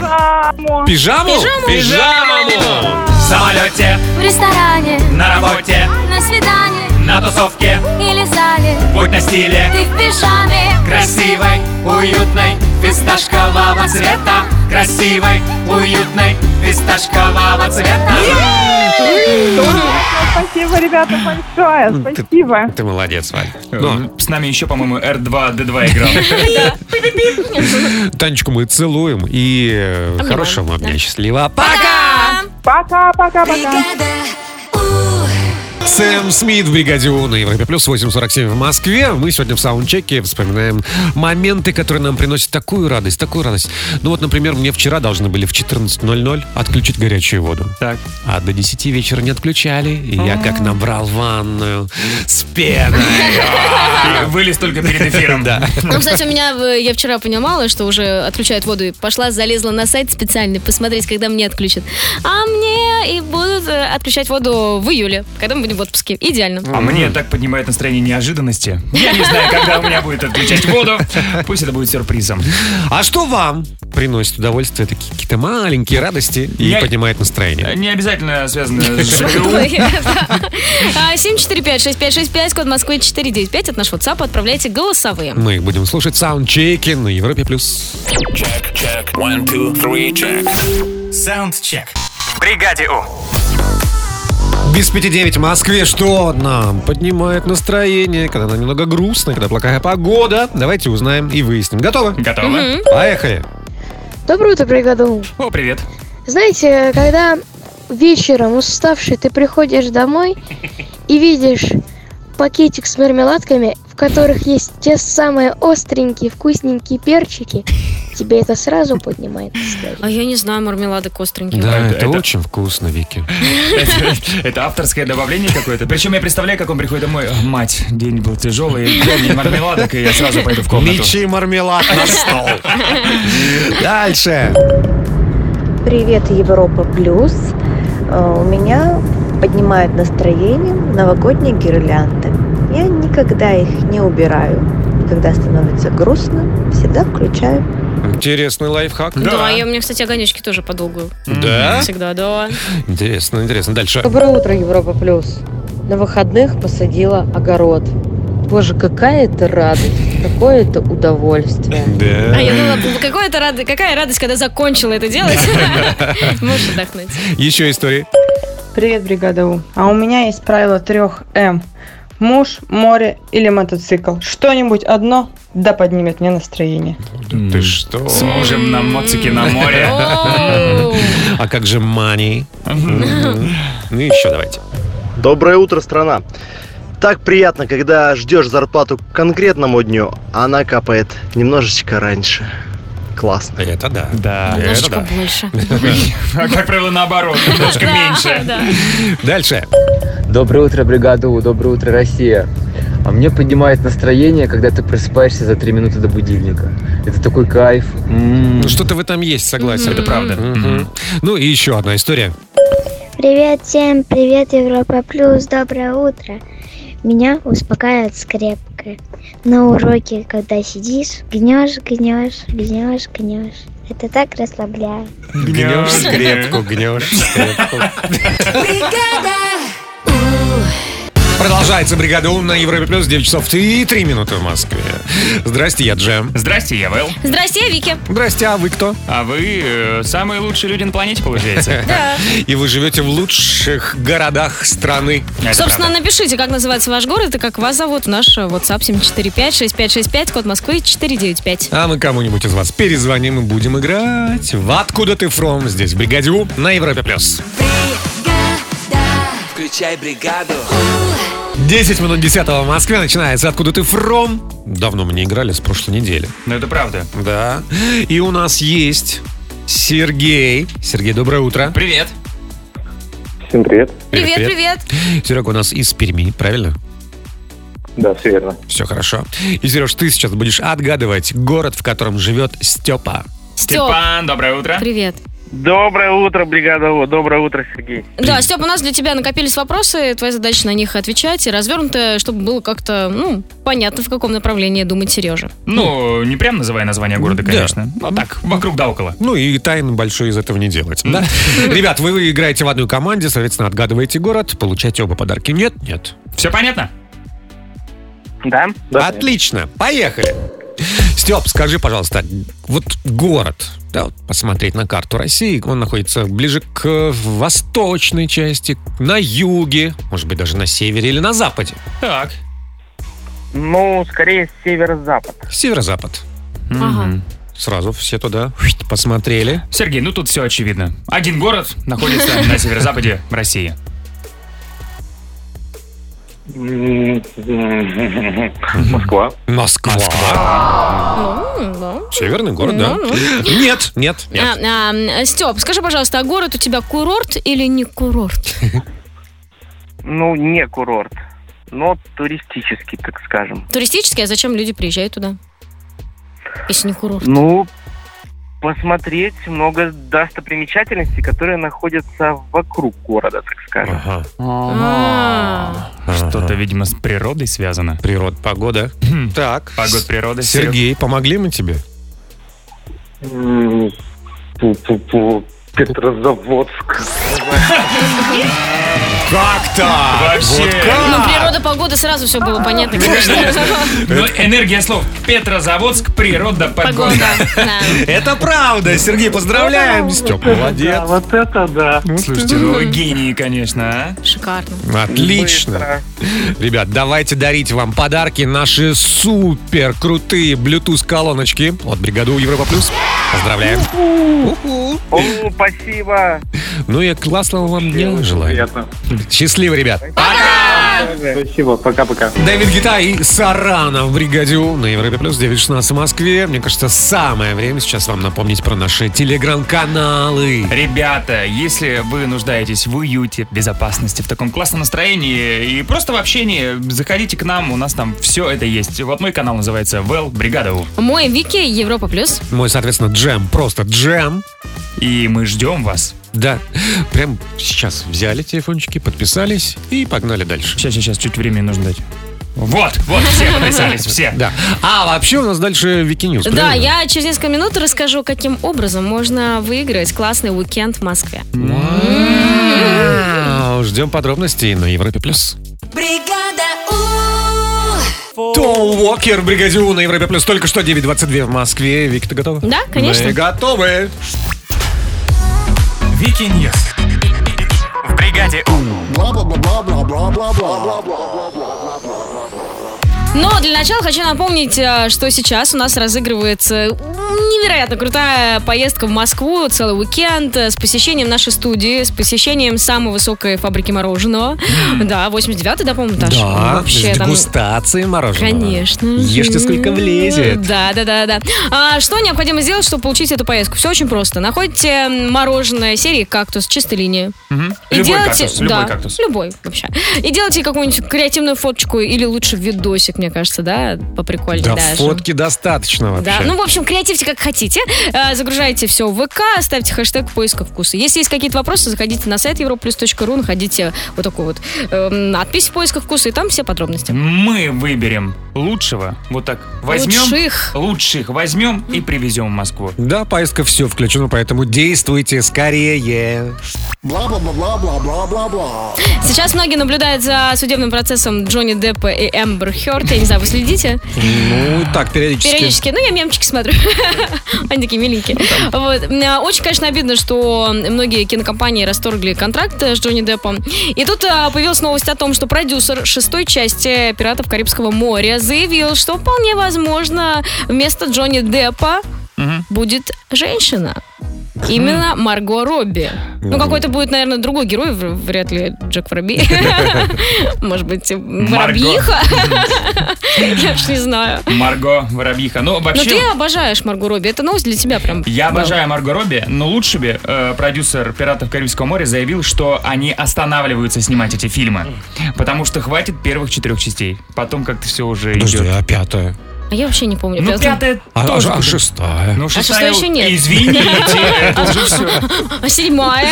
[SPEAKER 15] Само.
[SPEAKER 2] Пижаму?
[SPEAKER 4] Пижаму.
[SPEAKER 2] Пижаму!
[SPEAKER 3] В самолете,
[SPEAKER 8] в ресторане,
[SPEAKER 3] на работе,
[SPEAKER 8] на свидании
[SPEAKER 3] на тусовке,
[SPEAKER 8] или зале.
[SPEAKER 3] в
[SPEAKER 6] будь на стиле
[SPEAKER 8] Ты в пижаме
[SPEAKER 6] Красивой, уютной, фисташкового цвета Красивой, уютной, фисташкового цвета
[SPEAKER 7] Спасибо, ребята, большое. Спасибо.
[SPEAKER 2] Ты молодец, Валь.
[SPEAKER 3] Ну, С нами еще, по-моему, R2-D2 играл.
[SPEAKER 2] Танечку мы целуем и э, хорошего вам дня. Счастливо.
[SPEAKER 7] Пока! Пока, пока, пока.
[SPEAKER 2] Сэм Смит в «Бригаде У» на Европе Плюс 847 в Москве. Мы сегодня в саундчеке вспоминаем моменты, которые нам приносят такую радость, такую радость. Ну вот, например, мне вчера должны были в 14.00 отключить горячую воду.
[SPEAKER 3] Так.
[SPEAKER 2] А до 10 вечера не отключали, и я как набрал ванную с пеной.
[SPEAKER 3] И Вылез только перед эфиром.
[SPEAKER 2] Да.
[SPEAKER 4] Ну, кстати, у меня, э, я вчера понимала, что уже отключают воду, и пошла, залезла на сайт специально посмотреть, когда мне отключат. А мне и будут э, отключать воду в июле, когда мы будем в отпуске. Идеально.
[SPEAKER 3] А мне так поднимает настроение неожиданности. Я не знаю, когда у меня будет отключать воду. Пусть это будет сюрпризом.
[SPEAKER 2] А что вам приносит удовольствие? Такие какие-то маленькие радости и
[SPEAKER 3] Я-
[SPEAKER 2] поднимает настроение.
[SPEAKER 3] Не обязательно связано с ЖГУ.
[SPEAKER 4] А, 745-6565, код Москвы 495, от нашего WhatsApp отправляйте голосовые.
[SPEAKER 2] Мы их будем слушать саундчеки на Европе+. плюс.
[SPEAKER 6] Чек, чек, one, two, three, чек Саундчек В бригаде У
[SPEAKER 2] Без пяти девять в Москве. Что нам поднимает настроение, когда нам немного грустно, когда плохая погода? Давайте узнаем и выясним. Готовы?
[SPEAKER 3] Готовы.
[SPEAKER 9] Мгм.
[SPEAKER 2] Поехали.
[SPEAKER 9] Доброе утро, бригаду.
[SPEAKER 3] О, привет.
[SPEAKER 9] Знаете, когда вечером уставший ты приходишь домой и видишь пакетик с мармеладками, в которых есть те самые остренькие, вкусненькие перчики, тебе это сразу поднимает настроение.
[SPEAKER 4] А я не знаю мармелады остренькие.
[SPEAKER 2] Да,
[SPEAKER 3] это-
[SPEAKER 2] это,
[SPEAKER 3] это-
[SPEAKER 2] очень вкусно, Вики.
[SPEAKER 3] Это, это авторское добавление какое-то. Причем я представляю, как он приходит домой. Мать, день был тяжелый, день мармеладок, и я сразу пойду в комнату.
[SPEAKER 2] Мечи мармелад на стол. Дальше.
[SPEAKER 13] Привет, Европа Плюс. Э, У меня поднимают настроение новогодние гирлянды. Я никогда их не убираю. И когда становится грустно, всегда включаю.
[SPEAKER 2] Интересный лайфхак.
[SPEAKER 4] Да, и у меня, кстати, огонечки тоже подолгу.
[SPEAKER 2] Да?
[SPEAKER 4] Всегда, да.
[SPEAKER 2] Интересно, интересно. Дальше.
[SPEAKER 16] Доброе утро, Европа Плюс. На выходных посадила огород. Боже, какая это радость, какое это удовольствие.
[SPEAKER 4] А я думала, б- какое это рад- какая радость, когда закончила это делать. Можешь отдохнуть.
[SPEAKER 2] Еще истории.
[SPEAKER 17] Привет, бригада У. А у меня есть правило трех М. Муж, море или мотоцикл. Что-нибудь одно да поднимет мне настроение.
[SPEAKER 2] Ты что?
[SPEAKER 3] С мужем на моцике на море.
[SPEAKER 2] А как же мани? Мгм. Ну еще давайте.
[SPEAKER 18] Доброе утро, страна. Так приятно, когда ждешь зарплату к конкретному дню, а она капает немножечко раньше. Классно.
[SPEAKER 2] Это да.
[SPEAKER 3] Да.
[SPEAKER 18] Немножечко
[SPEAKER 4] больше.
[SPEAKER 3] А как правило, наоборот, немножко меньше.
[SPEAKER 2] Дальше.
[SPEAKER 19] Доброе утро, бригаду, доброе утро, Россия. А мне поднимает настроение, когда ты просыпаешься за три минуты до будильника. Это такой кайф. М-м-м.
[SPEAKER 2] Ну, Что-то в этом есть, согласен.
[SPEAKER 19] Это правда.
[SPEAKER 2] Мгм. Ну и еще одна история.
[SPEAKER 9] Привет всем, привет, Европа Плюс, доброе утро. Меня успокаивает скрепка. На уроке, когда сидишь, гнешь, гнешь, гнешь, гнешь. Это так расслабляет.
[SPEAKER 2] Гнешь скрепку, гнешь скрепку. Продолжается бригада У на Европе плюс 9 часов и 3 минуты в Москве. Здрасте, я Джем.
[SPEAKER 3] Здрасте, я Вэл.
[SPEAKER 4] Здрасте, я Вики.
[SPEAKER 2] Здрасте, а вы кто?
[SPEAKER 3] А вы э, самые лучшие люди на планете, получается?
[SPEAKER 2] И вы живете в лучших городах страны.
[SPEAKER 4] Собственно, напишите, как называется ваш город и как вас зовут в наш э, WhatsApp 745-6565, код Москвы 495.
[SPEAKER 2] А мы кому-нибудь из вас перезвоним и будем играть. В «Откуда ты фром?» здесь, в бригаде У на Европе+. плюс.
[SPEAKER 6] Включай бригаду
[SPEAKER 2] 10 минут 10 в Москве начинается «Откуда ты фром?» Давно мы не играли, с прошлой недели.
[SPEAKER 3] Ну, это правда.
[SPEAKER 2] Да. И у нас есть Сергей. Сергей, доброе утро.
[SPEAKER 3] Привет.
[SPEAKER 20] Всем привет.
[SPEAKER 4] Привет, привет.
[SPEAKER 2] Серега у нас из Перми, правильно?
[SPEAKER 20] Да, все верно.
[SPEAKER 2] Все хорошо. И, Сереж, ты сейчас будешь отгадывать город, в котором живет Степа.
[SPEAKER 3] Степан, доброе утро.
[SPEAKER 4] Привет.
[SPEAKER 21] Доброе утро, бригада У. Доброе утро, Сергей.
[SPEAKER 4] Да, Степ, у нас для тебя накопились вопросы, твоя задача на них отвечать и развернуто, чтобы было как-то, ну, понятно, в каком направлении думать Сережа.
[SPEAKER 3] Ну, не прям называя название города, конечно. Ну, так, вокруг да около.
[SPEAKER 2] Ну и тайны большой из этого не делать. да? Ребят, вы, вы играете в одной команде, соответственно, отгадываете город, получаете оба подарки. Нет, нет.
[SPEAKER 3] Все понятно?
[SPEAKER 21] Да?
[SPEAKER 2] Отлично, поехали. Степ, скажи, пожалуйста, вот город, да, вот посмотреть на карту России, он находится ближе к э, восточной части, на юге, может быть, даже на севере или на западе. Так.
[SPEAKER 21] Ну, скорее северо-запад.
[SPEAKER 2] Северо-запад.
[SPEAKER 21] Ага.
[SPEAKER 2] Сразу все туда посмотрели.
[SPEAKER 3] Сергей, ну тут все очевидно. Один город находится на северо-западе России.
[SPEAKER 20] Москва.
[SPEAKER 2] Москва. Северный город, да?
[SPEAKER 4] Ну,
[SPEAKER 2] Нет, нет, нет.
[SPEAKER 4] Степ, а, скажи, пожалуйста, а город у тебя курорт или не курорт?
[SPEAKER 21] Ну, не курорт, но туристический, так скажем.
[SPEAKER 4] Туристический, а зачем люди приезжают туда? Если не курорт.
[SPEAKER 21] Ну, посмотреть много достопримечательностей, которые находятся вокруг города, так
[SPEAKER 4] А.
[SPEAKER 21] скажем.
[SPEAKER 3] Что-то, видимо, с природой связано.
[SPEAKER 2] Природ, погода. Так.
[SPEAKER 3] Погод природы.
[SPEAKER 2] Сергей, помогли мы тебе?
[SPEAKER 20] М, пу-пу-пу, Петрозаводск.
[SPEAKER 2] Как так?
[SPEAKER 3] Вообще.
[SPEAKER 4] Ну, природа, погода, сразу все было понятно, конечно.
[SPEAKER 3] Но Ну, энергия слов. Петрозаводск, природа, погода.
[SPEAKER 2] Это правда, Сергей, поздравляем. Степ, молодец.
[SPEAKER 21] Вот это да.
[SPEAKER 3] Слушайте, ну вы гении, конечно, а?
[SPEAKER 4] Шикарно.
[SPEAKER 2] Отлично. Ребят, давайте дарить вам подарки наши супер крутые Bluetooth колоночки от бригады у Европа Плюс. Поздравляем.
[SPEAKER 21] О, спасибо.
[SPEAKER 2] Ну и классного вам дня желаю. Счастливо, ребят.
[SPEAKER 20] Спасибо, пока-пока.
[SPEAKER 2] Дэвид Гита и Сарана в бригаде У» на Европе Плюс 9.16 в Москве. Мне кажется, самое время сейчас вам напомнить про наши телеграм-каналы.
[SPEAKER 3] Ребята, если вы нуждаетесь в уюте, безопасности, в таком классном настроении и просто в общении, заходите к нам, у нас там все это есть. Вот мой канал называется Well Бригада У.
[SPEAKER 4] Мой Вики, Европа Плюс.
[SPEAKER 2] Мой, соответственно, джем, просто джем.
[SPEAKER 3] И мы ждем вас.
[SPEAKER 2] Да, прям сейчас взяли телефончики, подписались и погнали дальше.
[SPEAKER 3] Сейчас, сейчас, чуть времени нужно дать. Вот, вот, все подписались, все.
[SPEAKER 2] Да. А вообще у нас дальше Вики Ньюс.
[SPEAKER 4] Да,
[SPEAKER 2] правильно?
[SPEAKER 4] я через несколько минут расскажу, каким образом можно выиграть классный уикенд в Москве.
[SPEAKER 2] А, Ждем подробностей на Европе Плюс.
[SPEAKER 1] Бригада У.
[SPEAKER 2] Том Уокер, бригаде У на Европе Плюс. Только что 9.22 в Москве. Вики, ты готова?
[SPEAKER 4] Да, конечно.
[SPEAKER 2] Мы готовы.
[SPEAKER 6] Вики Ньюс. В бригаде
[SPEAKER 4] Но для начала хочу напомнить, э, что сейчас у нас разыгрывается невероятно крутая поездка в Москву, целый уикенд э, с посещением нашей студии, с посещением самой высокой фабрики мороженого. Да, 89-й, да, по-моему, этаж?
[SPEAKER 2] Да,
[SPEAKER 4] Вообще,
[SPEAKER 2] с
[SPEAKER 4] там-
[SPEAKER 2] дегустацией мороженого.
[SPEAKER 4] Конечно.
[SPEAKER 2] Ешьте, сколько влезет.
[SPEAKER 4] Да, да, да, да. А что необходимо сделать, чтобы получить эту поездку? Все очень просто. Находите мороженое серии кактус чистой линии. И
[SPEAKER 1] Любой
[SPEAKER 4] делайте,
[SPEAKER 1] кактус, любой
[SPEAKER 4] да,
[SPEAKER 1] кактус.
[SPEAKER 4] Любой вообще. И делайте какую-нибудь креативную фоточку или лучше видосик, мне кажется, да, поприкольнее
[SPEAKER 2] Да,
[SPEAKER 4] даже.
[SPEAKER 2] фотки достаточно вообще.
[SPEAKER 4] Да, ну, в общем, креативьте как хотите. Э, Загружайте все в ВК, ставьте хэштег «Поиска вкуса». Если есть какие-то вопросы, заходите на сайт europlus.ru, находите вот такую вот э, надпись «Поиска вкуса», и там все подробности.
[SPEAKER 3] Мы выберем лучшего, вот так возьмем.
[SPEAKER 4] Лучших.
[SPEAKER 3] Лучших возьмем и привезем в Москву.
[SPEAKER 2] Да, поездка все включена, поэтому действуйте скорее.
[SPEAKER 1] Бла-бла-бла-бла-бла-бла-бла.
[SPEAKER 4] Сейчас многие наблюдают за судебным процессом Джонни Деппа и Эмбер Хёрд. Я не знаю, вы следите?
[SPEAKER 2] Ну, так, периодически.
[SPEAKER 4] Периодически. Ну, я мемчики смотрю. Они такие миленькие. Вот. Э, Очень, конечно, обидно, что многие кинокомпании расторгли контракт э, с Джонни Деппом. И тут э, появилась новость о том, что продюсер шестой части «Пиратов Карибского моря» заявил, что вполне возможно вместо Джонни Деппа будет женщина. Именно Хм. Марго Робби. Ну,
[SPEAKER 1] Мгм.
[SPEAKER 4] какой-то будет, наверное, другой герой, в- вряд ли Джек Воробей. Может быть, Воробьиха? Я ж не знаю.
[SPEAKER 3] Марго Воробьиха. Ну,
[SPEAKER 4] Но
[SPEAKER 3] вообще...
[SPEAKER 4] ты обожаешь Марго Робби. Это новость для тебя прям.
[SPEAKER 3] Я
[SPEAKER 4] Вау.
[SPEAKER 3] обожаю Марго Робби, но лучше бы э, продюсер «Пиратов Карибского моря» заявил, что они останавливаются снимать эти фильмы, потому что хватит первых четырех частей. Потом как-то все уже
[SPEAKER 2] Подожди,
[SPEAKER 3] идет.
[SPEAKER 2] а пятая?
[SPEAKER 4] А я вообще не помню.
[SPEAKER 3] Ну,
[SPEAKER 4] пятую.
[SPEAKER 3] пятая
[SPEAKER 2] А, а-
[SPEAKER 3] тоже
[SPEAKER 2] а
[SPEAKER 3] куда?
[SPEAKER 2] шестая?
[SPEAKER 3] Ну,
[SPEAKER 4] А что
[SPEAKER 3] шестая...
[SPEAKER 4] еще нет?
[SPEAKER 3] Извините, это уже все.
[SPEAKER 4] А седьмая?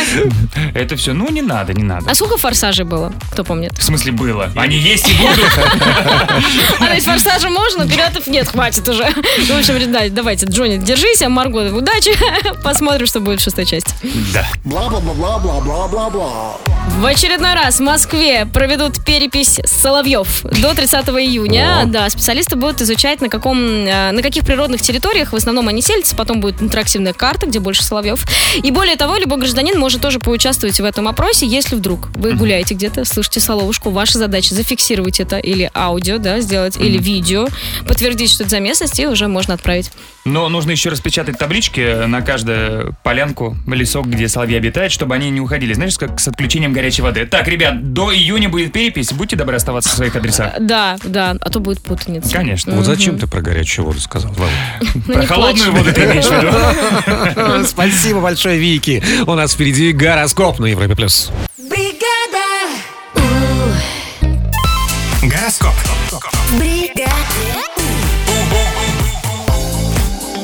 [SPEAKER 3] Это все, ну не надо, не надо.
[SPEAKER 4] А сколько форсажей было? Кто помнит?
[SPEAKER 3] В смысле было? Они есть и будут.
[SPEAKER 4] А ведь форсажа можно, пиратов нет, хватит уже. Ну, в общем, да, давайте, Джонни, держись, а Марго, удачи. Посмотрим, что будет в шестой части.
[SPEAKER 3] Да.
[SPEAKER 1] Бла-бла-бла-бла-бла-бла-бла.
[SPEAKER 4] В очередной раз в Москве проведут перепись Соловьев до 30 июня. Да, специалисты будут изучать, на, каком, э, на каких природных территориях в основном они селятся. Потом будет интерактивная карта, где больше Соловьев. И более того, любой гражданин может тоже поучаствовать в этом опросе, если вдруг вы гуляете где-то, слышите Соловушку. Ваша задача зафиксировать это или аудио, да, сделать, или видео, подтвердить, что это за местность, и уже можно отправить.
[SPEAKER 3] Но нужно еще распечатать таблички э, на каждую полянку, лесок, где соловьи обитают, чтобы они не уходили. Знаешь, как с отключением горячей воды. Так, ребят, до июня будет перепись. Будьте добры оставаться в своих адресах.
[SPEAKER 4] Да, да, а то будет путаница.
[SPEAKER 3] Конечно.
[SPEAKER 2] Вот
[SPEAKER 4] Мгм.
[SPEAKER 2] зачем ты про горячую воду сказал? Вова?
[SPEAKER 4] Ну,
[SPEAKER 3] Про
[SPEAKER 4] не
[SPEAKER 3] холодную
[SPEAKER 4] плачь.
[SPEAKER 3] воду ты имеешь в
[SPEAKER 2] виду? Спасибо большое, Вики. У нас впереди гороскоп на Европе+. плюс.
[SPEAKER 1] Бригада!
[SPEAKER 6] Гороскоп.
[SPEAKER 1] Бригада!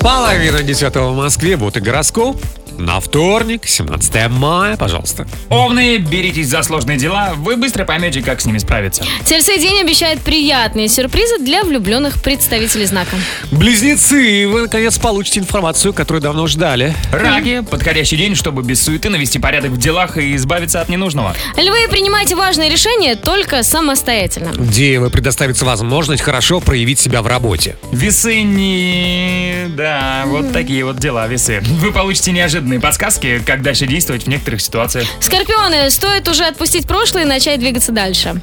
[SPEAKER 2] Половина десятого в Москве, вот и гороскоп. На вторник, 17 мая, пожалуйста.
[SPEAKER 3] Овны, беритесь за сложные дела, вы быстро поймете, как с ними справиться.
[SPEAKER 4] Тельцы день обещает приятные сюрпризы для влюбленных представителей знака.
[SPEAKER 2] Близнецы, вы наконец получите информацию, которую давно ждали.
[SPEAKER 3] Раки, подходящий день, чтобы без суеты навести порядок в делах и избавиться от ненужного.
[SPEAKER 4] Львы, принимайте важные решения только самостоятельно.
[SPEAKER 2] Девы, предоставится возможность хорошо проявить себя в работе.
[SPEAKER 3] Весы не... Да, вот такие вот дела, весы. Вы получите неожиданные подсказки, как дальше действовать в некоторых ситуациях.
[SPEAKER 4] Скорпионы, стоит уже отпустить прошлое и начать двигаться дальше.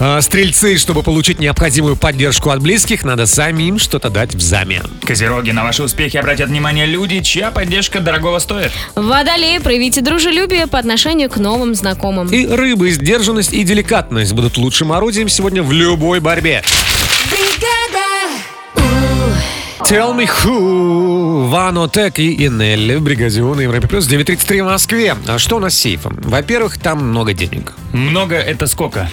[SPEAKER 2] А, Стрельцы, чтобы получить необходимую поддержку от близких, надо самим что-то дать взамен.
[SPEAKER 3] Козероги, на ваши успехи обратят внимание люди, чья поддержка дорогого стоит.
[SPEAKER 4] Водолеи, проявите дружелюбие по отношению к новым знакомым.
[SPEAKER 2] И рыбы, сдержанность и деликатность будут лучшим орудием сегодня в любой борьбе.
[SPEAKER 1] Бригада!
[SPEAKER 2] Tell me who, Вано Тек и Инелли, Бригадион, Европе Плюс, 9.33 в Москве. А что у нас с сейфом? Во-первых, там много денег.
[SPEAKER 3] Много это сколько?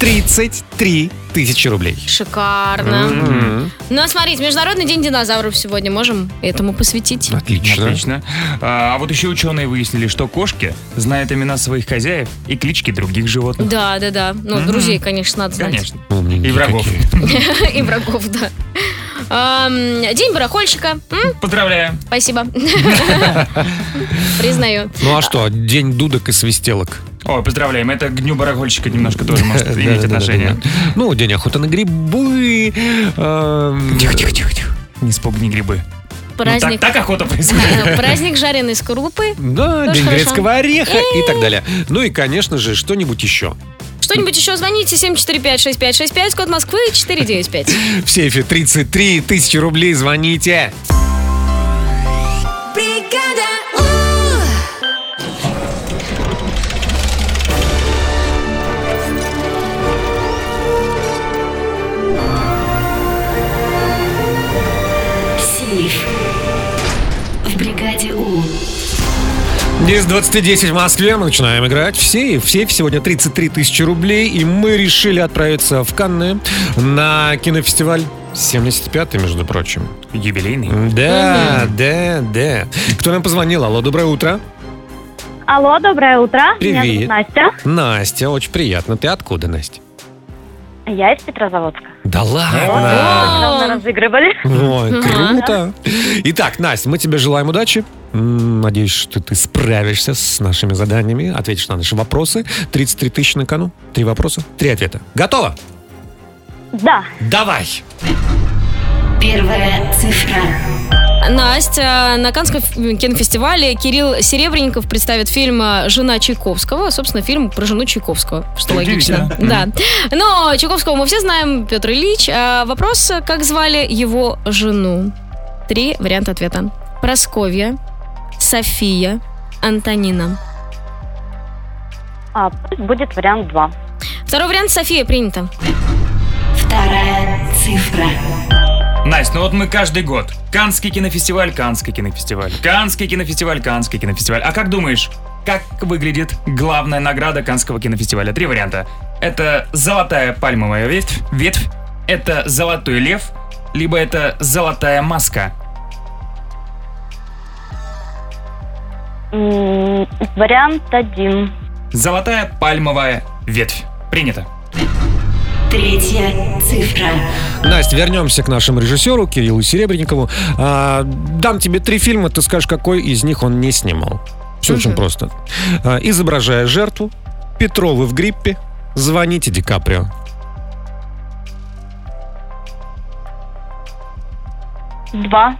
[SPEAKER 2] 33 тысячи рублей.
[SPEAKER 4] Шикарно.
[SPEAKER 2] Мгм.
[SPEAKER 4] Ну а смотрите, Международный день динозавров сегодня можем этому посвятить.
[SPEAKER 2] Отлично.
[SPEAKER 3] Отлично. А, а вот еще ученые выяснили, что кошки знают имена своих хозяев и клички других животных.
[SPEAKER 4] Да, да, да. Ну,
[SPEAKER 3] Мгм.
[SPEAKER 4] друзей, конечно, надо знать.
[SPEAKER 3] Конечно.
[SPEAKER 2] Ну,
[SPEAKER 3] И врагов.
[SPEAKER 4] И врагов, да. Ам, День барахольщика. М,
[SPEAKER 3] Поздравляю.
[SPEAKER 4] Спасибо. Признаю.
[SPEAKER 2] Ну а что, день дудок и свистелок.
[SPEAKER 3] Ой, поздравляем. Это к дню барахольщика немножко тоже может иметь
[SPEAKER 2] Да-да-да-да-да.
[SPEAKER 3] отношение.
[SPEAKER 2] Ну, день охоты на грибы. Эм,
[SPEAKER 3] Тихо-тихо-тихо-тихо. Не вспомни грибы. Ну, так-
[SPEAKER 4] Праздник.
[SPEAKER 3] так охота происходит.
[SPEAKER 4] Праздник жареной скорлупы.
[SPEAKER 2] Да,
[SPEAKER 4] Тоже
[SPEAKER 2] день
[SPEAKER 4] хорошо.
[SPEAKER 2] грецкого ореха и так далее. Ну и, конечно же, что-нибудь еще.
[SPEAKER 4] Что-нибудь еще звоните 745-6565, код Москвы 495.
[SPEAKER 2] В сейфе 33 тысячи рублей, звоните.
[SPEAKER 1] Бригада!
[SPEAKER 10] Сейф. В бригаде У.
[SPEAKER 2] 10.20.10 в Москве, мы начинаем играть в сейф. В сейфе сегодня 33 тысячи рублей, и мы решили отправиться в Канны на кинофестиваль 75-й, между прочим.
[SPEAKER 3] Юбилейный.
[SPEAKER 2] Да, да, да. Кто нам позвонил? Алло, доброе утро.
[SPEAKER 22] Алло, доброе утро. Меня зовут
[SPEAKER 2] Привет.
[SPEAKER 22] Настя.
[SPEAKER 2] Настя, очень приятно. Ты откуда, Настя?
[SPEAKER 22] Я из Петрозаводска.
[SPEAKER 2] Да
[SPEAKER 22] Вас
[SPEAKER 2] ладно.
[SPEAKER 22] недавно разыгрывали.
[SPEAKER 2] Ой,
[SPEAKER 22] Ага.
[SPEAKER 2] круто. Итак, Настя, мы тебе желаем удачи. М, Надеюсь, что ты справишься с нашими заданиями, ответишь на наши вопросы. 33 тысячи на кону. Три вопроса, три ответа. Готово?
[SPEAKER 22] Да.
[SPEAKER 2] Давай.
[SPEAKER 10] Первая цифра.
[SPEAKER 4] Настя, э, на Каннском ф- кинофестивале Кирилл Серебренников представит фильм э, «Жена Чайковского». Собственно, фильм про жену Чайковского, что логично. Да.
[SPEAKER 10] Удивительно.
[SPEAKER 4] Но Чайковского мы все знаем, Петр Ильич. А вопрос, э, как звали его жену? Три варианта ответа. Просковья, София, Антонина.
[SPEAKER 22] А, пусть будет вариант 2.
[SPEAKER 4] Второй вариант София принято.
[SPEAKER 10] Вторая цифра.
[SPEAKER 3] Настя, ну вот мы каждый год. Канский кинофестиваль, Канский кинофестиваль, Канский кинофестиваль, Канский кинофестиваль. А как думаешь, как выглядит главная награда Канского кинофестиваля? Три варианта. Это золотая пальмовая ветвь, ветвь это золотой лев, либо это золотая маска.
[SPEAKER 22] М, Вариант один.
[SPEAKER 3] Золотая пальмовая ветвь. Принято.
[SPEAKER 10] Третья цифра.
[SPEAKER 2] Настя, вернемся к нашему режиссеру Кириллу Серебренникову. А, дам тебе три фильма, ты скажешь, какой из них он не снимал. Все очень просто. А, изображая жертву, Петровы в гриппе, звоните Ди Каприо.
[SPEAKER 22] Два.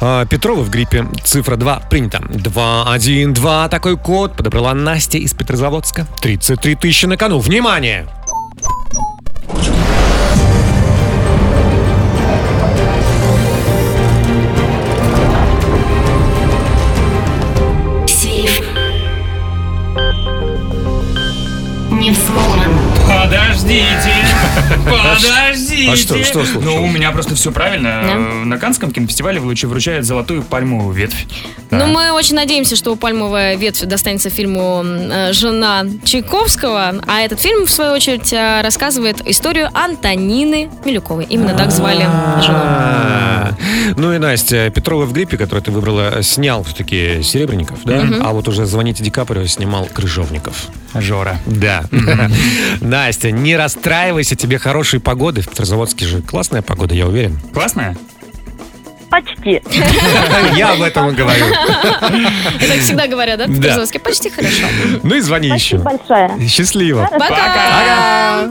[SPEAKER 2] А, Петрова в гриппе. Цифра 2 принята. 2-1-2. Такой код подобрала Настя из Петрозаводска. 33 тысячи на кону. Внимание!
[SPEAKER 10] Сейф. Не взломан.
[SPEAKER 3] Подождите! Подождите!
[SPEAKER 10] А что- что случилось?
[SPEAKER 3] Ну, у меня просто все правильно. Э, На Канском кинофестивале лучше вручают золотую пальмовую ветвь.
[SPEAKER 4] Ну, мы очень надеемся, что пальмовая ветвь достанется фильму э, «Жена Чайковского», а этот фильм, в свою очередь, э, рассказывает историю Антонины Милюковой. Именно так звали жену.
[SPEAKER 2] А, Ну и Настя, Петрова в гриппе, которую ты выбрала, снял все-таки Серебренников, да?
[SPEAKER 3] Мгм.
[SPEAKER 2] А вот уже «Звоните Ди Каприо» снимал Крыжовников.
[SPEAKER 3] Жора.
[SPEAKER 2] Да. Настя, не расстраивайся, тебе хорошей погоды. В Петрозаводске же классная погода, я уверен.
[SPEAKER 3] Классная?
[SPEAKER 22] Почти.
[SPEAKER 2] Я об этом и говорю.
[SPEAKER 4] Я так всегда говорят, да?
[SPEAKER 2] Да.
[SPEAKER 4] Петрозаводске? Почти хорошо.
[SPEAKER 2] Ну и звони еще.
[SPEAKER 22] большое.
[SPEAKER 2] Счастливо.
[SPEAKER 4] Пока.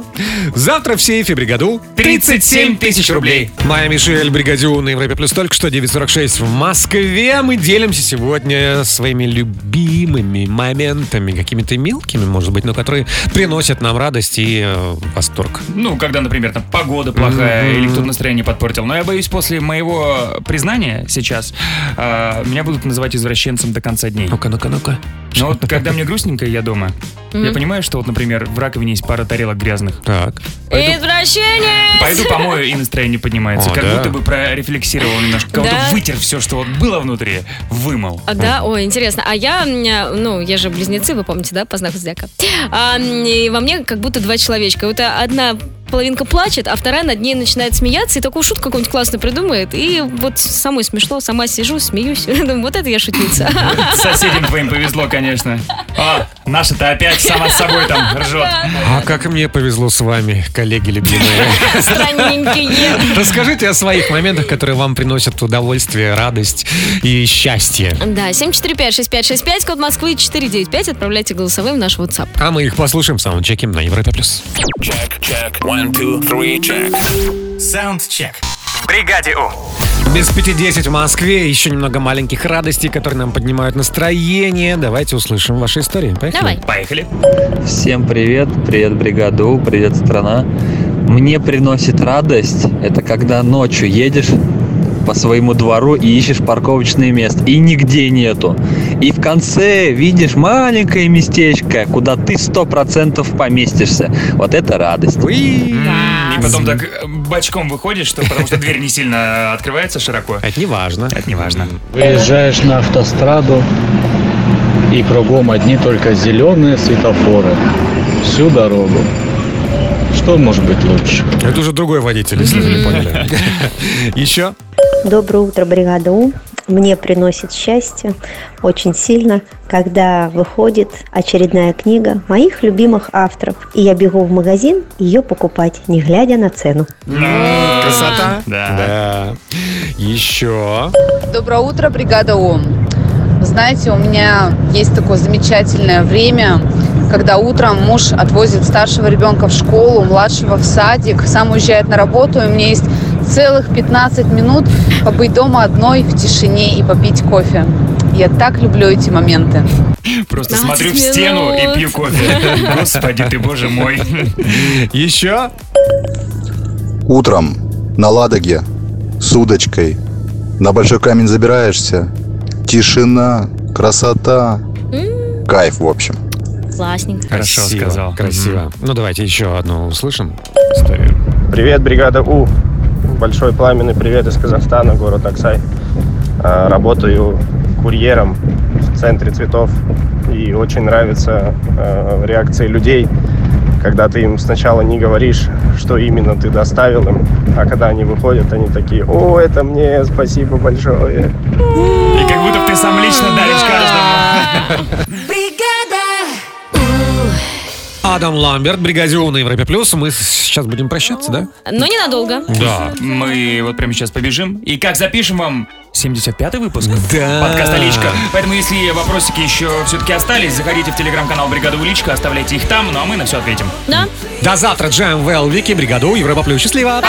[SPEAKER 2] Завтра в сейфе бригаду 37 тысяч рублей. Майя Мишель, бригадю на Европе Плюс только что 9.46 в Москве. Мы делимся сегодня своими любимыми моментами, какими-то мелкими, может быть, но которые приносят нам радость и э, восторг.
[SPEAKER 3] Ну, когда, например, там погода плохая
[SPEAKER 2] Мгм.
[SPEAKER 3] или кто-то настроение подпортил. Но я боюсь, после моего признания сейчас э, меня будут называть извращенцем до конца дней.
[SPEAKER 2] Ну-ка, ну-ка, ну-ка.
[SPEAKER 3] Но вот когда мне грустненько, я дома. Я
[SPEAKER 4] Мгм.
[SPEAKER 3] понимаю, что вот, например, в раковине есть пара тарелок грязных.
[SPEAKER 2] Так.
[SPEAKER 4] Извращение!
[SPEAKER 3] Пойду помою, и настроение поднимается.
[SPEAKER 2] О,
[SPEAKER 3] как
[SPEAKER 2] да.
[SPEAKER 3] будто бы прорефлексировал немножко. Как будто
[SPEAKER 4] Да.
[SPEAKER 3] вытер все, что вот было внутри, вымыл.
[SPEAKER 4] А, да, ой, интересно. А я, м, я, ну, я же близнецы, вы помните, да, по знаку зодиака. А, м, и во мне как будто два человечка. Вот а, одна половинка плачет, а вторая над ней начинает смеяться и такую шутку какую-нибудь классную придумает. И вот самой смешно, сама сижу, смеюсь. Думаю, вот это я шутница.
[SPEAKER 3] Соседям твоим повезло, конечно. А, наша-то опять сама с собой там ржет.
[SPEAKER 2] А как мне повезло с вами, коллеги любимые.
[SPEAKER 4] Странненькие.
[SPEAKER 2] Расскажите о своих моментах, которые вам приносят удовольствие, радость и счастье.
[SPEAKER 4] Да, 745-6565, код Москвы 495. Отправляйте голосовым в наш WhatsApp.
[SPEAKER 2] А мы их послушаем в саундчеке на Европе+. плюс.
[SPEAKER 6] Чек, чек, one, two, three, check. Саунд чек. В бригаде У.
[SPEAKER 2] Без пяти десять в Москве. Еще немного маленьких радостей, которые нам поднимают настроение. Давайте услышим ваши истории. Поехали.
[SPEAKER 4] Давай.
[SPEAKER 3] Поехали.
[SPEAKER 11] Всем привет, привет бригаду, привет страна. Мне приносит радость, это когда ночью едешь по своему двору и ищешь парковочное место, и нигде нету. И в конце видишь маленькое местечко, куда ты сто процентов поместишься. Вот это радость.
[SPEAKER 3] И потом так э, бочком выходишь, что, потому что дверь не сильно э, открывается широко.
[SPEAKER 2] Это не важно.
[SPEAKER 3] Это не важно.
[SPEAKER 12] Выезжаешь на автостраду, и кругом одни только зеленые светофоры. Всю дорогу. Что может быть лучше?
[SPEAKER 2] Это уже другой водитель, если вы не поняли. Еще?
[SPEAKER 23] Доброе утро, бригада У. Мне приносит счастье очень сильно, когда выходит очередная книга моих любимых авторов, и я бегу в магазин ее покупать, не глядя на цену.
[SPEAKER 2] Красота. Да. Еще.
[SPEAKER 24] Доброе утро, бригада У. Вы знаете, у меня есть такое замечательное время, когда утром муж отвозит старшего ребенка в школу, младшего в садик, сам уезжает на работу, и у меня есть целых 15 минут побыть дома одной в тишине и попить кофе. Я так люблю эти моменты.
[SPEAKER 3] Просто
[SPEAKER 24] 15
[SPEAKER 3] смотрю в стену и
[SPEAKER 24] минут.
[SPEAKER 3] пью кофе. Господи ты, боже мой.
[SPEAKER 2] Еще?
[SPEAKER 25] Утром на Ладоге с удочкой на большой камень забираешься. Тишина, красота, кайф, в общем.
[SPEAKER 4] Классненько.
[SPEAKER 2] Хорошо сказал. Красиво. Ну, давайте еще одну услышим.
[SPEAKER 26] Привет, бригада У. Большой пламенный привет из Казахстана, город Аксай. А, Работаю курьером в центре цветов. И очень нравятся э, реакции людей, когда ты им сначала не говоришь, что именно ты доставил им, а когда они выходят, они такие, о, это мне, спасибо большое.
[SPEAKER 3] И как будто ты сам лично даришь каждому.
[SPEAKER 2] Адам Ламберт, бригадион на Европе Плюс. Мы сейчас будем прощаться, да?
[SPEAKER 4] Но ненадолго.
[SPEAKER 3] Да. Мы вот прямо сейчас побежим. И как запишем вам 75-й выпуск
[SPEAKER 2] Да.
[SPEAKER 3] подкаста «Личка». Поэтому, если вопросики еще все-таки остались, заходите в телеграм-канал «Бригада Уличка», оставляйте их там, ну а мы на все ответим.
[SPEAKER 4] Да?
[SPEAKER 2] До завтра, Джем Вики, бригаду Европа Плюс. Счастливо!